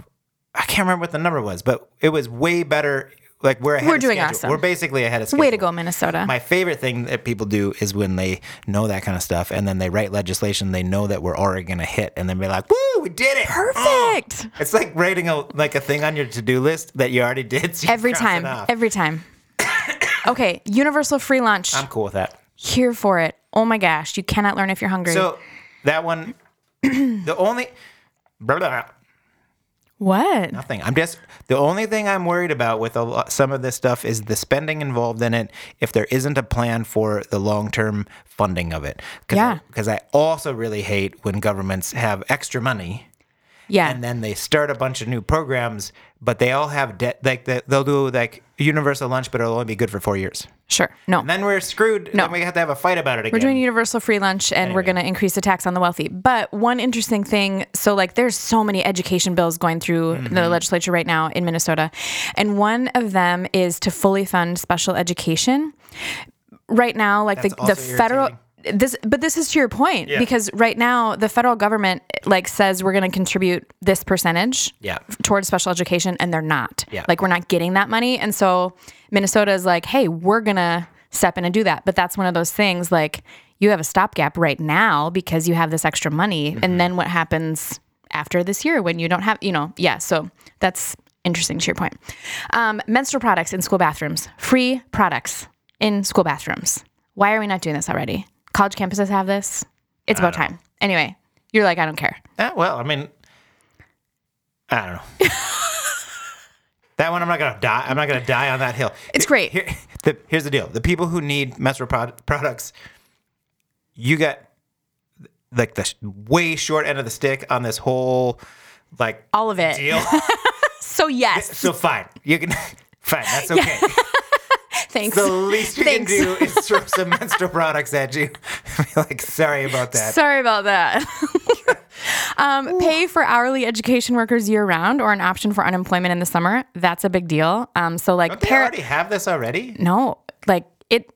I can't remember what the number was, but it was way better. Like we're ahead
We're
of
doing
schedule.
awesome.
We're basically ahead of schedule.
Way to go, Minnesota.
My favorite thing that people do is when they know that kind of stuff and then they write legislation they know that we're already going to hit and then be like, "Woo, we did it." Oh.
Perfect.
It's like writing a like a thing on your to-do list that you already did. so you
Every
cross it
time.
off.
Every time. okay. Universal free lunch.
I'm cool with that.
Here for it. Oh my gosh. You cannot learn if you're hungry.
So that one, the only blah, blah, blah,
what?
nothing. I'm just the only thing I'm worried about with a lot, some of this stuff is the spending involved in it. If there isn't a plan for the long term funding of it, Cause
Yeah.
Because I, also really hate when governments have extra money
Yeah.
and then they start a bunch of new programs, but they all have debt. Like they, they'll do like universal lunch, but it'll only be good for four years.
sure. No.
And then we're screwed.
No.
Then we have to have a fight about it again.
We're doing universal free lunch and we're going to increase the tax on the wealthy. But one interesting thing so, like, there's so many education bills going through
Mm-hmm.
the legislature right now in Minnesota. And one of them is to fully fund special education. Right now, like,
That's
the, the
also
federal. This, but this is to your point because right now the federal government like says we're going to contribute this percentage
Yeah.
towards special education, and they're not.
Yeah.
Like we're not getting that money, and so Minnesota is like, hey, we're gonna step in and do that. But that's one of those things like you have a stopgap right now because you have this extra money, and then what happens after this year when you don't have, you know, yeah. So that's interesting to your point. Um, menstrual products in school bathrooms, free products in school bathrooms. Why are we not doing this already? College campuses have this. It's about time. Anyway, you're like, I don't care.
Ah, well, I mean, I don't know. that one, I'm not gonna die. I'm not gonna die on that hill.
It's great.
Here, the, here's the deal: the people who need menstrual prod- products, you got like the sh- way short end of the stick on this whole like
All of it.
deal.
So yes.
so fine, you can fine. That's okay.
Thanks.
The least you
Thanks.
can do is throw some menstrual products at you. Be like, sorry about that.
Sorry about that. um, pay for hourly education workers year round or an option for unemployment in the summer. That's a big deal. Um, so like
Don't they already have this already?
no, like it.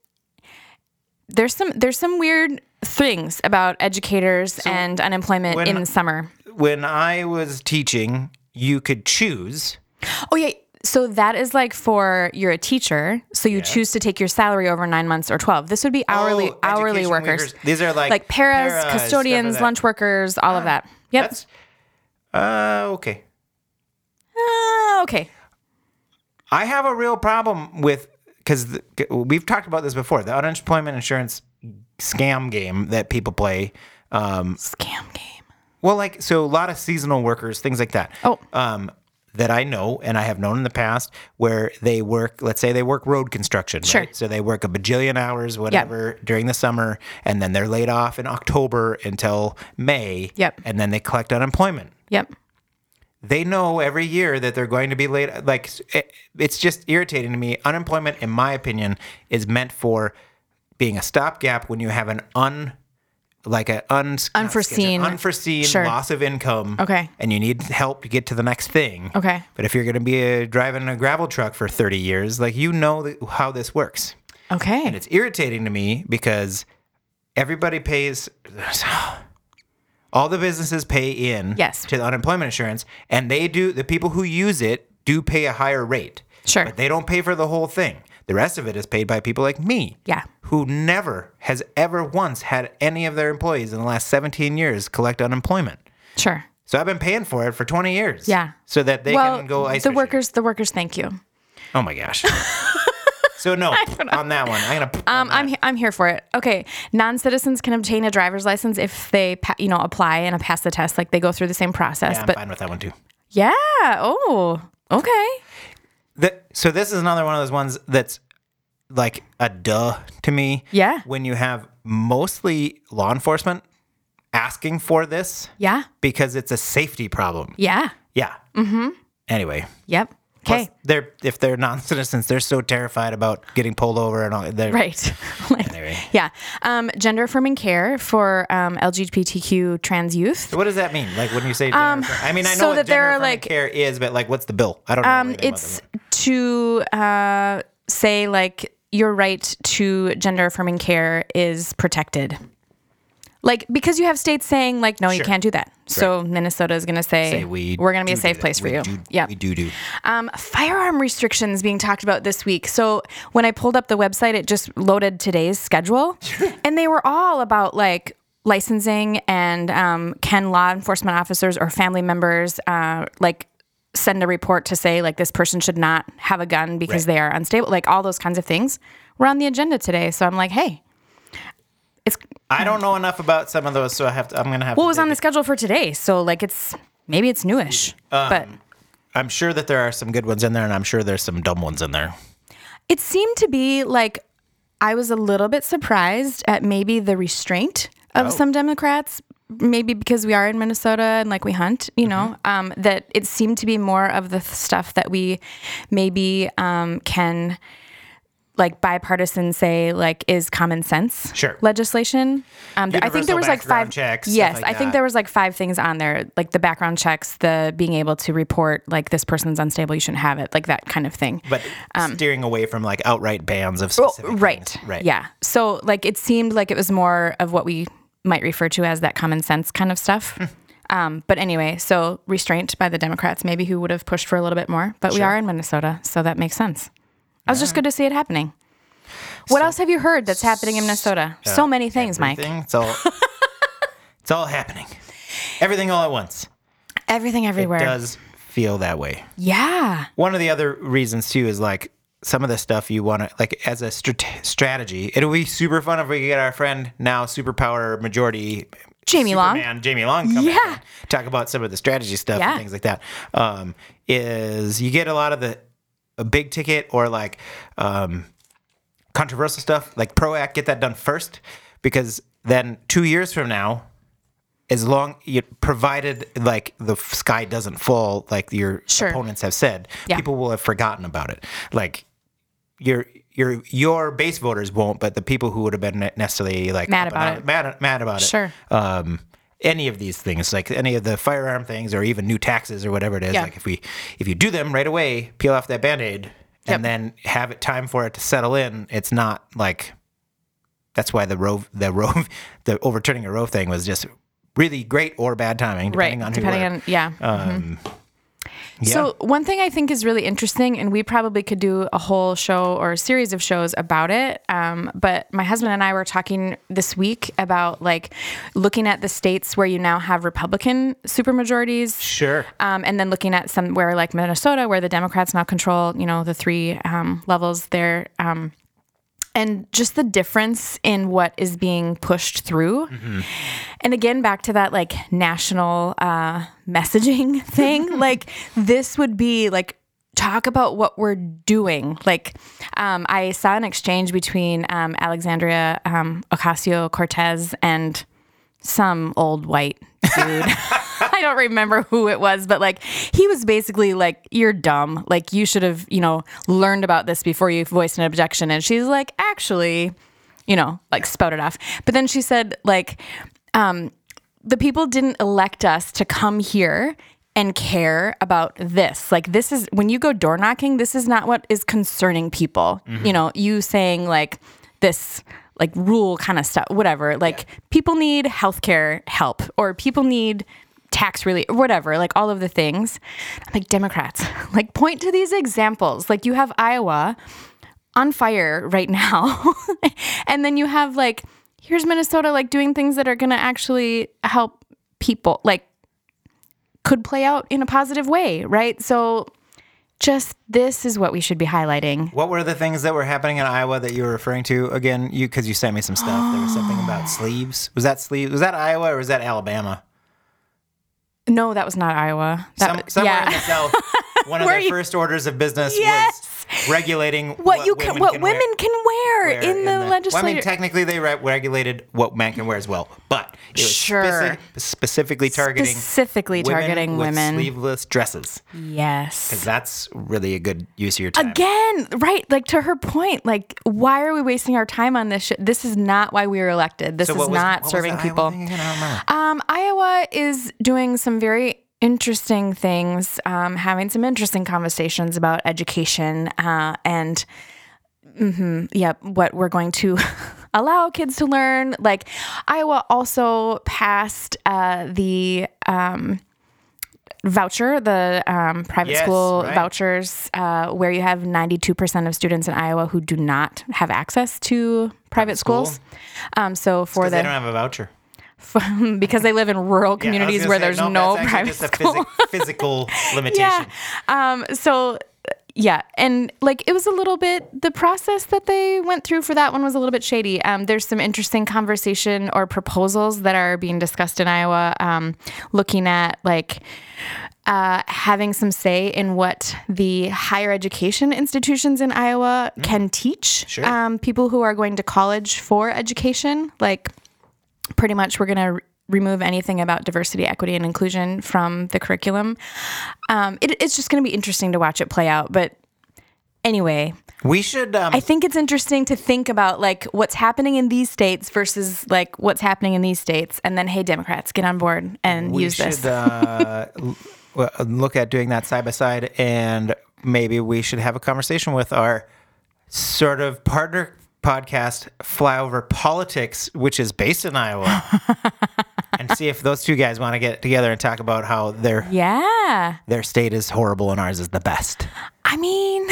There's some there's some weird things about educators and unemployment
when-
in the summer.
When I was teaching, you could choose.
Oh yeah. So that is like for you're a teacher, so you choose to take your salary over nine months or twelve. This would be hourly
Oh,
hourly
education
workers,
workers. These are like
like paras,
paras, stuff like
custodians,
that. Ah,
lunch workers, all of that. Yep.
That's uh, okay.
Ah, okay.
I have a real problem with because we've talked about this before the unemployment insurance scam game that people play. Um,
Scam game.
well, like so, a lot of seasonal workers, things like that.
Oh.
um, that I know and I have known in the past, where they work. Let's say they work road construction.
Sure.
Right? So they work a bajillion hours, whatever, during the summer, and then they're laid off in October until May.
Yep.
And then they collect unemployment
Yep.
they know every year that they're going to be late. Like it, it's just irritating to me. Unemployment, in my opinion, is meant for being a stopgap when you have an un, like an un,
Unforeseen.
unforeseen
Sure.
loss of income.
Okay.
and you need help to get to the next thing.
Okay.
but if you're going to be uh driving a gravel truck for 30 years, like you know th- how this works.
Okay.
And it's irritating to me because everybody pays all the businesses pay in
Yes.
to the unemployment insurance and they do the people who use it do pay a higher rate.
Sure.
But they don't pay for the whole thing. The rest of it is paid by people like me.
Yeah.
Who never has ever once had any of their employees in the last 17 years collect unemployment.
sure.
So I've been paying for it for 20 years.
Yeah.
So that they
well,
can go ice
the
fishing.
workers, the workers, thank you. Um,
Oh my gosh. so no, on that one. I'm going to
Um, I'm he- I'm here for it. Okay, non-citizens can obtain a driver's license if they pa- you know apply and pass the test. Like they go through the same process.
I'm
but
fine with that one too.
yeah. Oh. Okay.
That, so this is another one of those ones that's like a duh to me.
Yeah.
When you have mostly law enforcement asking for this
Yeah.
because it's a safety problem.
Yeah.
Yeah. Mm-hmm. Anyway.
Yep.
plus
Okay.
They're if they're non-citizens, they're so terrified about getting pulled over and all. They're,
Right. like,
Anyway.
Yeah. Um, gender affirming care for um, LGBTQ trans youth.
So what does that mean? Like when you say, gender affirming- I mean, I know
Um, so
what
that there
gender
are,
affirming
like-
care is, but like, what's the bill? I don't know.
Um,
anything about
it's
that.
to uh, say like your right to gender affirming care is protected. Like because you have states saying like no you
Sure.
can't do that. So Minnesota is going to say,
Say we
are going to be a
do
safe
do
place
that.
for
We
you.
do-
yeah.
we do do.
Um, firearm restrictions being talked about this week. So when I pulled up the website, it just loaded today's schedule, and they were all about like licensing and um, can law enforcement officers or family members uh, like send a report to say like this person should not have a gun because
Right.
they are unstable, like all those kinds of things were on the agenda today. So I'm like, hey, it's
I don't know enough about some of those, so I have to. I'm gonna have.
what
to
was on
dig
the schedule for today. So like it's maybe it's newish, but
I'm sure that there are some good ones in there, and I'm sure there's some dumb ones in there.
It seemed to be like I was a little bit surprised at maybe the restraint of
Oh.
some Democrats, maybe because we are in Minnesota and like we hunt, you know,
Mm-hmm.
um, that it seemed to be more of the stuff that we maybe um, can like bipartisan say like is common sense
Sure.
legislation um, th- i think there
Universal
was like
background
five
checks, stuff
yes
like
i think
that.
there was like five things on there like the background checks the being able to report like this person's unstable you shouldn't have it like that kind of thing
But steering away from like outright bans of
Oh,
specific
Um, right.
things. right,
Yeah. So like it seemed like it was more of what we might refer to as that common sense kind of stuff.
Hmm.
um, but anyway, so restraint by the Democrats, maybe who would have pushed for a little bit more. But we are in Minnesota, so that makes sense. I was just good to see it happening. What else have you heard that's happening in Minnesota? so many things, Mike.
Everything, It's all. it's all happening. Everything all at once.
Everything everywhere.
Does feel that way.
Yeah.
One of the other reasons too is like some of the stuff you want to like as a strat- strategy. It'll be super fun if we could get our friend now superpower majority
Jamie Long.
Superman, Jamie Long, come yeah,
Yeah.
talk about some of the strategy stuff
Yeah.
and things like that. Um, is you get a lot of the a big ticket or like um, controversial stuff, like Pro Act, get that done first because then two years from now. As long you provided like the f- sky doesn't fall, like your
Sure.
opponents have said,
Yeah.
people will have forgotten about it. Like your your your base voters won't, but the people who would have been necessarily like
Mad
up and
about
out-
it.
mad, mad about it,
Sure.
Um, any of these things, like any of the firearm things, or even new taxes or whatever it is,
Yeah.
like if we if you do them right away, peel off that band aid,
Yep.
and then have it time for it to settle in. It's not like that's why the Roe the Roe the overturning of Roe thing was just really great or bad timing,
right.
depending on who.
Depending
were.
on yeah. mm-hmm.
Um, yeah.
So one thing I think is really interesting, and we probably could do a whole show or a series of shows about it. Um, but my husband and I were talking this week about like looking at the states where you now have Republican supermajorities,
sure.
um, and then looking at some where like Minnesota, where the Democrats now control, you know, the three um, levels there, um, and just the difference in what is being pushed through. And again, back to that like national uh, messaging thing. like this would be like talk about what we're doing. Like um, I saw an exchange between um, Alexandria um, Ocasio Cortez and some old white dude. I don't remember who it was, but like he was basically like, "You're dumb. Like you should have, you know, learned about this before you voiced an objection." And she's like, "Actually, you know, like spouted off." But then she said, like, um, the people didn't elect us to come here and care about this. Like this is when you go door knocking, this is not what is concerning people. You know, you saying like this like rule kind of stuff, whatever. Like people need healthcare help or people need tax relief or whatever, like all of the things. I'm like Democrats, like point to these examples. Like you have Iowa on fire right now. and then you have like, here's Minnesota like doing things that are going to actually help people, like, could play out in a positive way, right? So, just this is what we should be highlighting.
What were the things that were happening in Iowa that you were referring to again? You because you sent me some stuff. There was something about sleeves. Was that sleeves? Was that Iowa or was that Alabama?
No, that was not Iowa. That,
Some,
was-
somewhere
yeah.
in the South, one of
Were
their
you-
first orders of business
Yes!
was regulating
what, you can, what
wear-
women can wear,
wear
in the,
Well,
legislature.
I mean, technically they re- regulated what men can wear as well, but it was
Sure.
speci- specifically targeting
Specifically
women
targeting
with
women.
sleeveless dresses.
yes.
That's really a good use of your time.
Again, right? Like to her point, like why are we wasting our time on this shit? This is not why we were elected. This
So
is
what was- what
not
was
serving
the Iowa
people.
thing again? I don't remember.
Um, Iowa is doing some very interesting things, um, having some interesting conversations about education uh, and, mhm, yep, what we're going to allow kids to learn. Like, Iowa also passed uh, the. Um, Voucher, the um, private
Yes,
school
right.
vouchers, uh, where you have 92% of students in Iowa who do not have access to private,
school.
schools. Um, so for
'Cause
the
they don't have a voucher.
from- because they live in rural
Yeah, I was
communities
gonna
where
say,
there's
nope,
no
that's actually
private
just a
school.
physic- physical
yeah.
limitation.
Um, so yeah, and like it was a little bit the process that they went through for that one was a little bit shady. Um, there's some interesting conversation or proposals that are being discussed in Iowa, um, looking at like uh, having some say in what the higher education institutions in Iowa can teach
Sure.
um, people who are going to college for education, like pretty much we're going to r remove anything about diversity, equity, and inclusion from the curriculum. Um, it, it's just going to be interesting to watch it play out. But anyway,
We should. Um,
I think it's interesting to think about like what's happening in these states versus like what's happening in these states, and then hey, Democrats, get on board and
we
use
should
this.
uh, l- well, look at doing that side by side, and maybe we should have a conversation with our sort of partner podcast, Flyover Politics, which is based in Iowa, and see if those two guys want to get together and talk about how their
yeah,
their state is horrible and ours is the best.
I mean.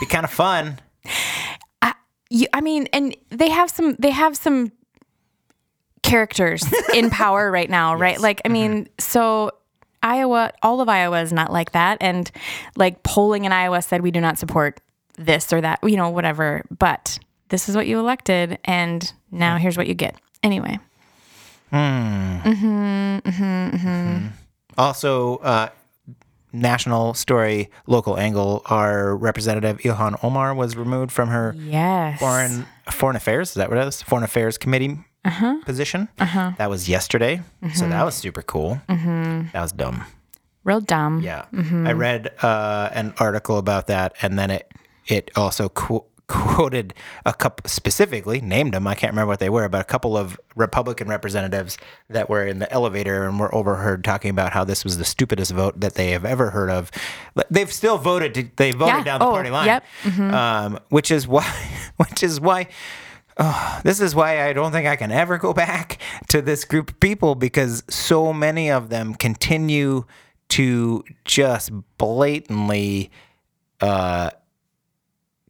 Be kind of fun.
you, I mean, and they have some they have some characters in power right now, right? Like, I mean, so Iowa, all of Iowa is not like that, and like polling in Iowa said we do not support this or that, you know, whatever. But this is what you elected, and now here's what you get. Anyway,
Also, uh, national story, local angle. Our representative Ilhan Omar was removed from her
yes,
foreign foreign affairs. Is that what it is? Foreign affairs committee position. That was yesterday, so that was super cool. That was dumb.
real dumb.
Yeah, I read uh, an article about that, and then it it also qu- quoted a couple specifically named them. I can't remember what they were, but a couple of Republican representatives that were in the elevator and were overheard talking about how this was the stupidest vote that they have ever heard of. But They've still voted. To, they voted
Yeah.
down the
Oh,
party line,
yep.
um, which is why, which is why. oh, This is why I don't think I can ever go back to this group of people because so many of them continue to just blatantly uh,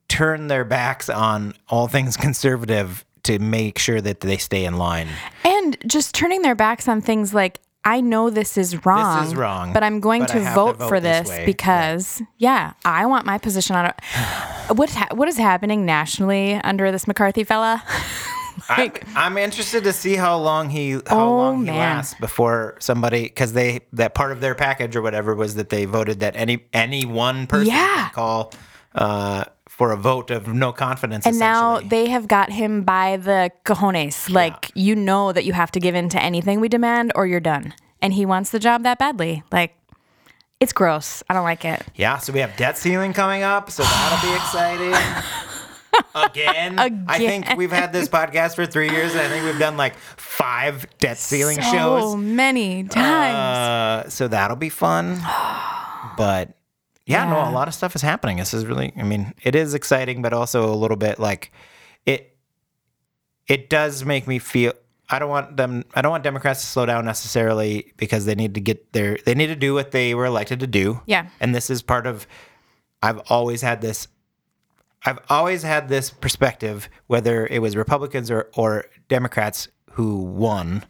turn their backs on all things conservative to make sure that they stay in line.
And just turning their backs on things like, I know this is wrong.
wrong,
But I'm going
but
to
I have to
vote,
vote
for
this
this,
way."
because, yeah, I want my position on it. What, ha- what is happening nationally under this McCarthy fella?
I'm, I'm interested to see how long he how
Oh,
long he
man.
lasts before somebody because they that part of their package or whatever was that they voted that any any one person
Yeah.
can call uh, for a vote of no confidence.
And now
essentially.
they have got him by the cojones. Like, you know that you have to give in to anything we demand or you're done. And he wants the job that badly. Like, it's gross. I don't like it.
yeah, so we have debt ceiling coming up, so that'll be exciting. Again, I think we've had this podcast for three years, and I think we've done like five debt ceiling
so
shows.
many times.
Uh, so that'll be fun. But yeah, no,
Yeah.
a lot of stuff is happening. This is really, I mean, it is exciting, but also a little bit like it. It does make me feel. I don't want them. I don't want Democrats to slow down necessarily because they need to get their. They need to do what they were elected to do.
Yeah.
And this is part of. I've always had this I've always had this perspective, whether it was Republicans or, or Democrats who won,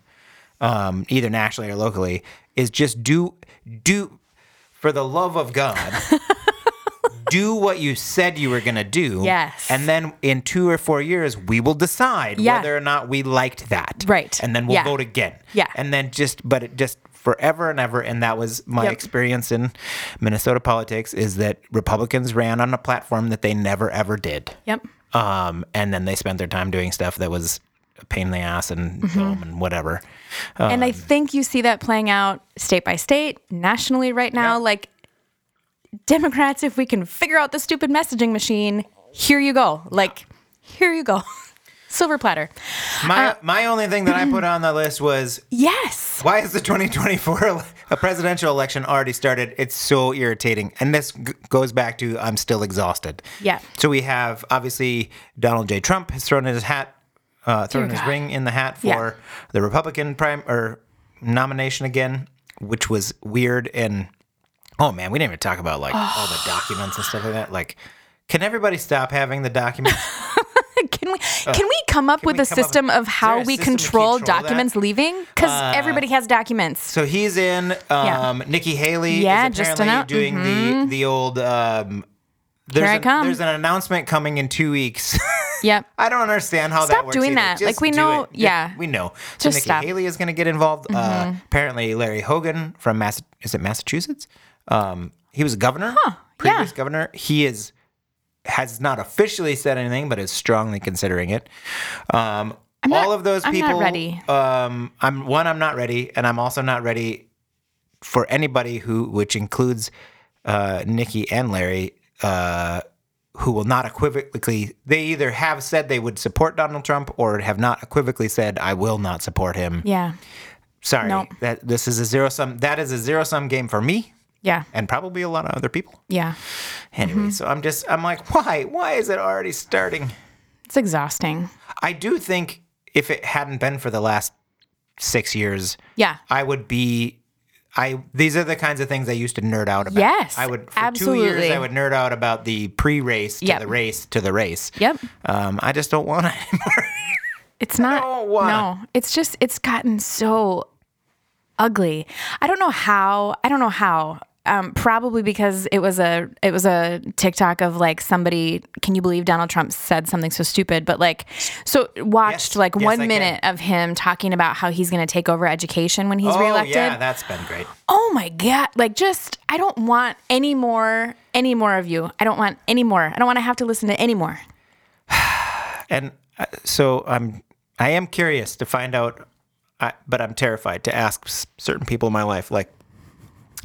um, either nationally or locally, is just do do for the love of God, do what you said you were gonna do.
Yes.
And then in two or four years, we will decide
Yeah.
whether or not we liked that.
Right.
And then we'll
Yeah.
vote again.
Yeah.
And then just but it just forever and ever and that was my
Yep.
experience in Minnesota politics is that Republicans ran on a platform that they never ever did.
Yep.
Um, and then they spent their time doing stuff that was a pain in the ass and dumb and whatever. Uh,
and I think you see that playing out state by state, nationally right now. Like Democrats, if we can figure out the stupid messaging machine, here you go. Like, here you go. Silver platter.
my my only thing that I put on the list was
Yes.
why is the 2024 ele- a presidential election already started? It's so irritating. And this g- goes back to I'm still exhausted.
Yeah.
So we have obviously Donald J. Trump has thrown his hat, uh, thrown his ring in the hat for
Yeah.
the Republican prime or nomination again, which was weird. And oh man, we didn't even talk about like all the documents and stuff like that. Like, can everybody stop having the documents?
Can we can we come up with
Uh, we
a
come up-
system of
is
how
there a
we
system to
control
control that? Uh,
documents leaving? Because everybody has documents.
So he's in. Um, Nikki Haley
Yeah,
is
just
apparently
annou-
doing the the old. Um, there's
Here I
an,
come.
There's an announcement coming in two weeks.
Yep.
I don't understand how that
Stop
works.
doing
either.
that.
Just
Like, we
do
know-
it. Just-
yeah.
we know. So
Just
Nikki
stop. Mm-hmm.
Haley is going to get involved. Uh, apparently, Larry Hogan from Mass is it Massachusetts? Um, he was a governor,
yeah.
previous governor. He is has not officially said anything, but is strongly considering it. Um,
not-
all of those
I'm not
people.
ready.
Um, I'm one. I'm not ready, and I'm also not ready for anybody who, which includes uh, Nikki and Larry, uh, who will not equivocally, they either have said they would support Donald Trump or have not equivocally said, I will not support him.
Yeah.
Sorry,
Nope.
that this is a zero sum, that is a zero sum game for me
Yeah.
and probably a lot of other people.
Yeah.
Anyway,
Mm-hmm.
so I'm just, I'm like, why? Why is it already starting?
It's exhausting.
I do think if it hadn't been for the last six years,
Yeah.
I would be. I these are the kinds of things I used to nerd out about.
Yes,
I would for two years
absolutely.
I would nerd out about the pre-race to
Yep.
the race to the race.
Yep.
Um, I just don't want to anymore.
It's not.
don't wanna.
No, it's just it's gotten so ugly. I don't know how. I don't know how. Um, probably because it was a it was a TikTok of like somebody. Can you believe Donald Trump said something so stupid? But like, so watched
Yes.
like
Yes,
one
I can.
minute of him talking about how he's going to take over education when he's
oh
reelected.
yeah, that's been great.
oh my god! Like, just I don't want any more any more of you. I don't want any more. I don't want to have to listen to any more.
And uh, so I'm I am curious to find out, I, but I'm terrified to ask s- certain people in my life like,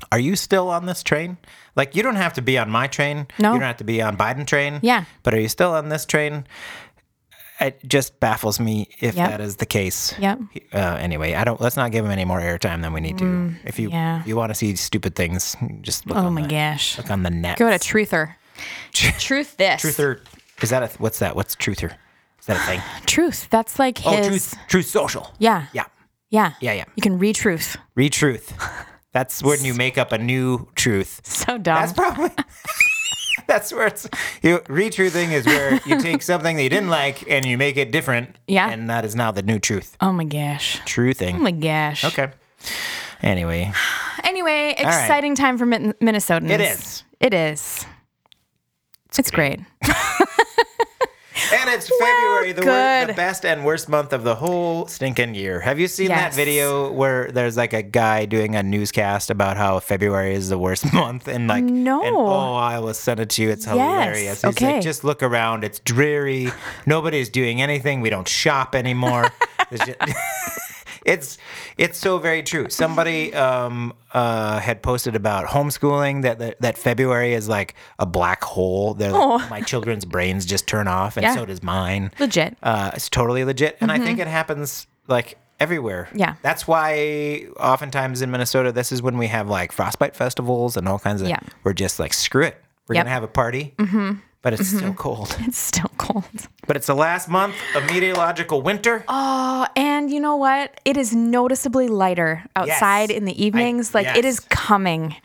are you still on this train? Like, you don't have to be on my train.
No.
You don't have to be on Biden train.
Yeah.
But are you still on this train? It just baffles me if
Yep.
that is the case.
Yep.
Uh, anyway, I don't. Let's not give him any more airtime than we need to. if you
Mm, yeah.
if you want to see stupid things, just look
Oh
on
my
the,
gosh.
look on the net.
Go to Truther.
Truth this.
Truther. Is that a th- what's that? What's Truther? Is that a thing?
Truth. That's like his.
oh, Truth Truth Social.
Yeah.
Yeah.
Yeah.
Yeah, yeah.
You can retruth.
Retruth. That's when you make up a new truth.
So dumb.
That's probably. That's where it's you retruthing is where you take something that you didn't like and you make it different.
Yeah.
And that is now the new truth.
oh my gosh.
Truthing.
Oh my gosh.
okay. Anyway,
Anyway,
right.
exciting time for Min- Minnesotans.
It is.
It is. It's, great.
and it's February, the, wor- the
good.
best and worst month of the whole stinking year. Have you seen
Yes.
that video where there's like a guy doing a newscast about how February is the worst month and like
No.
and, oh, I will send it to you. It's hilarious. He's
Okay.
like, just look around. It's dreary. Nobody's doing anything. We don't shop anymore. It's ju- it's it's so very true. Somebody um, uh, had posted about homeschooling that, that that February is like a black hole. They're
Oh.
like, my children's brains just turn off, and
Yeah.
so does mine.
Legit. Mm-hmm.
Uh, it's totally legit, and I think it happens like everywhere.
Yeah.
that's why oftentimes in Minnesota, this is when we have like frostbite festivals and all kinds of.
Yeah.
we're just like screw it. We're
Yep.
gonna have a party, mm-hmm. but it's still cold.
It's still cold.
But it's the last month of meteorological winter.
Oh, and you know what? It is noticeably lighter outside
Yes.
in the evenings.
I-
like it
yes.
is coming.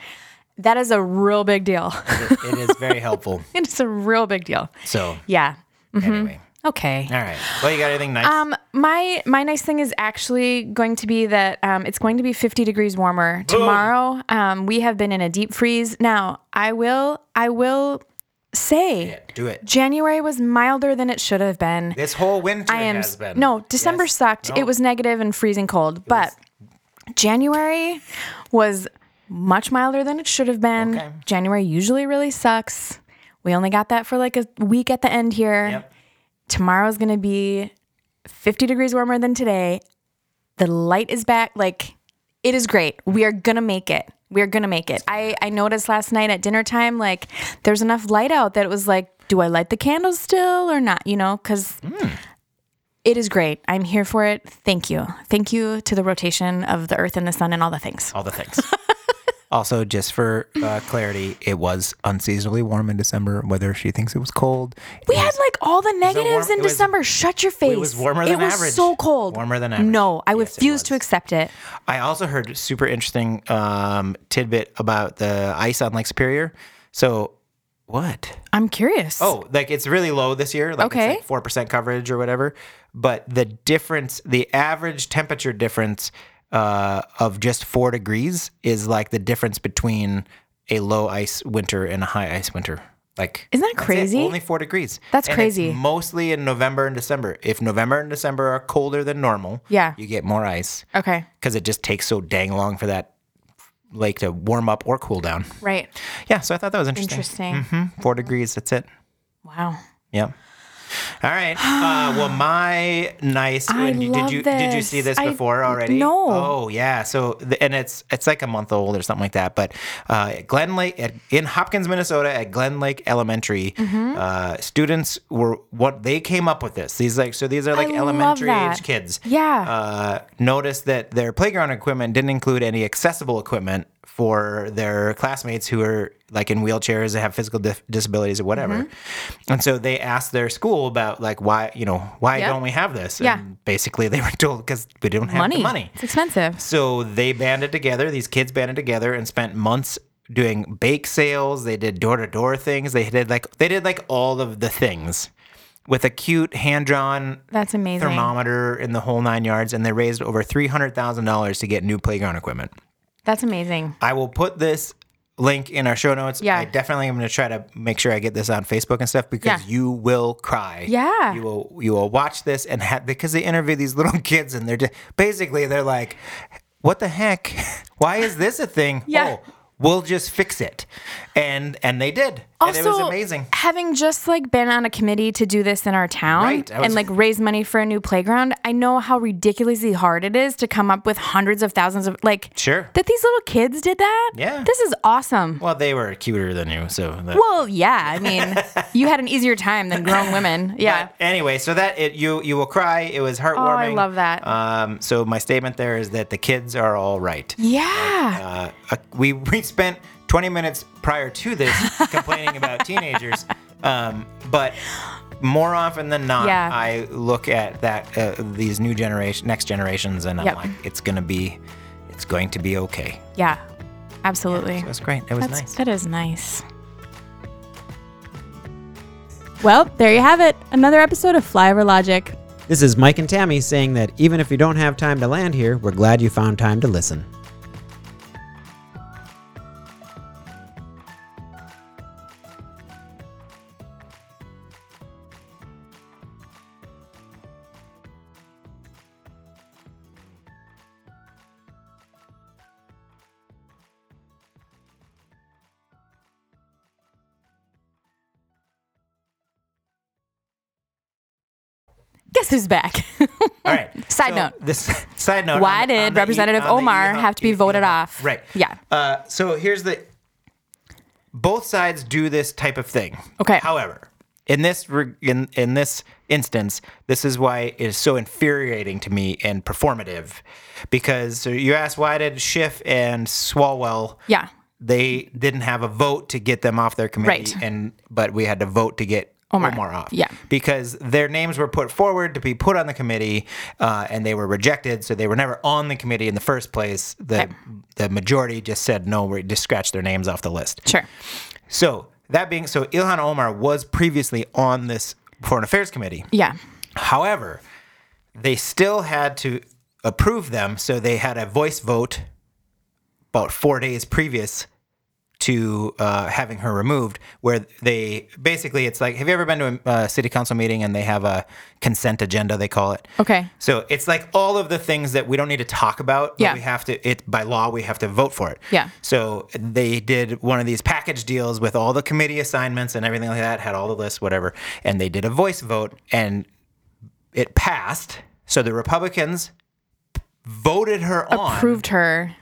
That is a real big deal.
It is very helpful.
it's a real big deal.
So
Yeah.
anyway.
Okay.
All right. Well, you got anything nice?
Mm-hmm. Um, my my nice thing is actually going to be that um, it's going to be 50 degrees warmer tomorrow. Um, we have been in a deep freeze. Now I will I will say
Yeah, do it.
January was milder than it should have been.
This whole winter
I am
has been.
no December
Yes.
sucked.
No.
It was negative and freezing cold, but January was much milder than it should have been.
Okay.
January usually really sucks. We only got that for like a week at the end here.
Yep.
Tomorrow's gonna be 50 degrees warmer than today. The light is back. Like it is great. We are gonna make it. We are gonna make it. I, I noticed last night at dinner time, like there's enough light out that it was like, do I light the candles still or not? You know, because
Hmm.
it is great. I'm here for it. Thank you. Thank you to the rotation of the earth and the sun and all the things.
all the things. also, just for uh, clarity, it was unseasonably warm in December. Whether she thinks it was cold,
We had like all the negatives
warm-
in
it was-
December. Shut your face.
was warmer
It
than
was
average.
so cold.
Warmer than average.
No, I
Yes, it
refuse
was.
to accept it.
I also heard a super interesting um, tidbit about the ice on Lake Superior. So, what?
I'm curious.
Oh, like it's really low this year. Like
Okay.
it's like 4% coverage or whatever. But the difference, the average temperature difference uh, of just four degrees is like the difference between a low ice winter and a high ice winter. Like,
Isn't that
that's it,
crazy?
Only four degrees.
That's
And it's
crazy.
mostly in November and December. If November and December are colder than normal,
Yeah.
you get more ice
Okay.
because it just takes so dang long for that lake to warm up or cool down.
Right.
Yeah, so I thought that was interesting. Hmm.
Interesting.
Mhm. Four degrees, that's it.
Wow.
Yep. All right. Uh, well, my nice.
I
and you-
love
did you did you see
this.
this
I-
before already?
no.
Oh yeah. So the, and it's it's like a month old or something like that. But uh, at Glen Lake at, in Hopkins, Minnesota, at Glen Lake Elementary,
Mm-hmm.
uh, students were what they came up with this. These like so these are like
love
elementary
that.
age kids.
Yeah.
Uh, noticed that their playground equipment didn't include any accessible equipment for their classmates who are like in wheelchairs and have physical dif- disabilities or whatever.
Mm-hmm.
And so they asked their school about like why, you know, why
Yeah.
don't we have this?
Yeah.
And basically they were told cuz we don't have
Money.
the money.
It's expensive.
So they banded together, these kids banded together and spent months doing bake sales, they did door-to-door things, they did like they did like all of the things with a cute hand-drawn
That's amazing.
thermometer in the whole 9 yards and they raised over $300,000 to get new playground equipment.
That's amazing.
I will put this link in our show notes.
Yeah.
I definitely am going to try to make sure I get this on Facebook and stuff because
Yeah.
you will cry.
Yeah.
You will you will watch this and ha- because they interview these little kids and they're just, basically they're like what the heck? Why is this a thing?
Yeah.
Oh, we'll just fix it. And and they did. And it was
Also,
amazing.
Having just like been on a committee to do this in our town
Right, I was-
and like raise money for a new playground, I know how ridiculously hard it is to come up with hundreds of thousands of like
Sure.
that these little kids did that.
Yeah.
this is awesome.
Well, they were cuter than you, so. That,
Well, yeah, I mean, you had an easier time than grown women. Yeah. Oh,
But anyway, so that it you you will cry. It was heartwarming.
love that.
Um, so my statement there is that the kids are all right.
yeah.
Uh, uh, we we spent 20 minutes prior to this complaining about teenagers, um, but more often than not,
Yeah.
I look at that uh, these new generation, next generations, and I'm
Yep.
like, it's gonna be, it's going to be okay.
yeah. Absolutely.
It was great. It was
That's,
nice.
That is nice.
Well, there you have it. Another episode of Flyover Logic.
This is Mike and Tammy saying that even if you don't have time to land here, we're glad you found time to listen.
Guess who's back?
All right.
Side
So
note.
This side note.
Why
on the-
did
on the E-
Representative
on the
Omar have
E
to be voted off?
Right.
Yeah.
Uh, so here's the. Both sides do this type of thing.
Okay.
However, in this reg- in in this instance, this is why it is so infuriating to me and performative, because so you asked why did Schiff and Swalwell
yeah.
they didn't have a vote to get them off their committee
Right.
and but we had to vote to get Omar, off
yeah.
because their names were put forward to be put on the committee uh, and they were rejected so they were never on the committee in the first place the the majority just said no we just scratched their names off the list
Sure.
so that being so Ilhan Omar was previously on this foreign affairs committee
Yeah.
However, they still had to approve them, so they had a voice vote about four days previous to uh, having her removed, where they basically it's like, have you ever been to a, uh city council meeting and they have a consent agenda? They call it.
Okay.
So it's like all of the things that we don't need to talk about. but
Yeah.
We have to it by law we have to vote for it.
Yeah.
So they did one of these package deals with all the committee assignments and everything like that, had all the lists, whatever, and they did a voice vote and it passed. So the Republicans voted her on
Proved her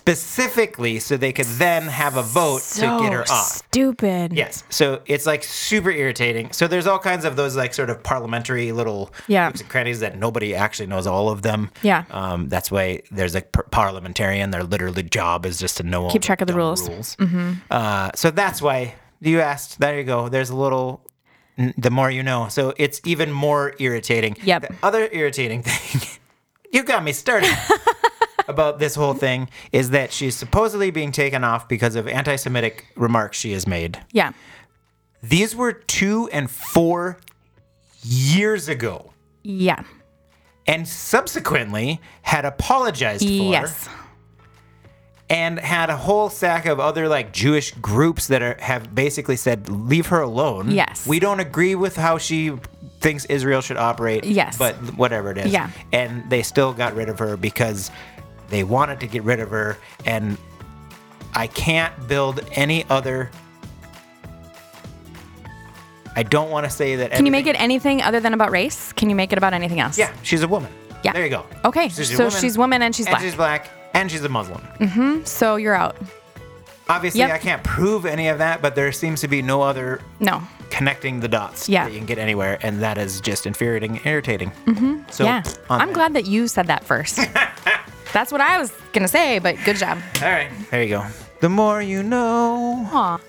specifically so they could then have a vote to get her
so
off.
Stupid.
Yes. So it's like super irritating. So there's all kinds of those like sort of parliamentary little
Yeah.
nooks and crannies that nobody actually knows all of them.
Yeah.
Um, that's why there's a par- parliamentarian. Their literally job is just to know all
Keep track of the
dumb
rules.
Mm-hmm. Uh, so that's why you asked. There you go. There's a little. n- The more you know. So it's even more irritating.
Yep.
The other irritating thing, you got me started about this whole thing, is that she's supposedly being taken off because of anti Semitic remarks she has made.
Yeah.
These were two and four years ago,
Yeah.
and subsequently had apologized for
Yes.
and had a whole stack of other like Jewish groups that are, have basically said, "Leave her alone."
Yes.
we don't agree with how she thinks Israel should operate.
Yes.
but whatever it is.
Yeah.
and they still got rid of her because they wanted to get rid of her, and I can't build any other. I don't want to say that.
Can you make it anything other than about race? Can you make it about anything else?
Yeah, she's a woman.
Yeah.
There you go.
Okay, so she's woman and she's
and
black.
she's black and she's a Muslim.
So you're out.
Obviously,
Yep.
I can't prove any of that, but there seems to be no other
No.
connecting the dots
Yeah.
that you can get anywhere, and that is just infuriating and irritating. So
Mm-hmm. yeah.
on
I'm
that.
glad that you said that first. That's what I was gonna say, but good job.
All right, there you go. The more you know.
Aw.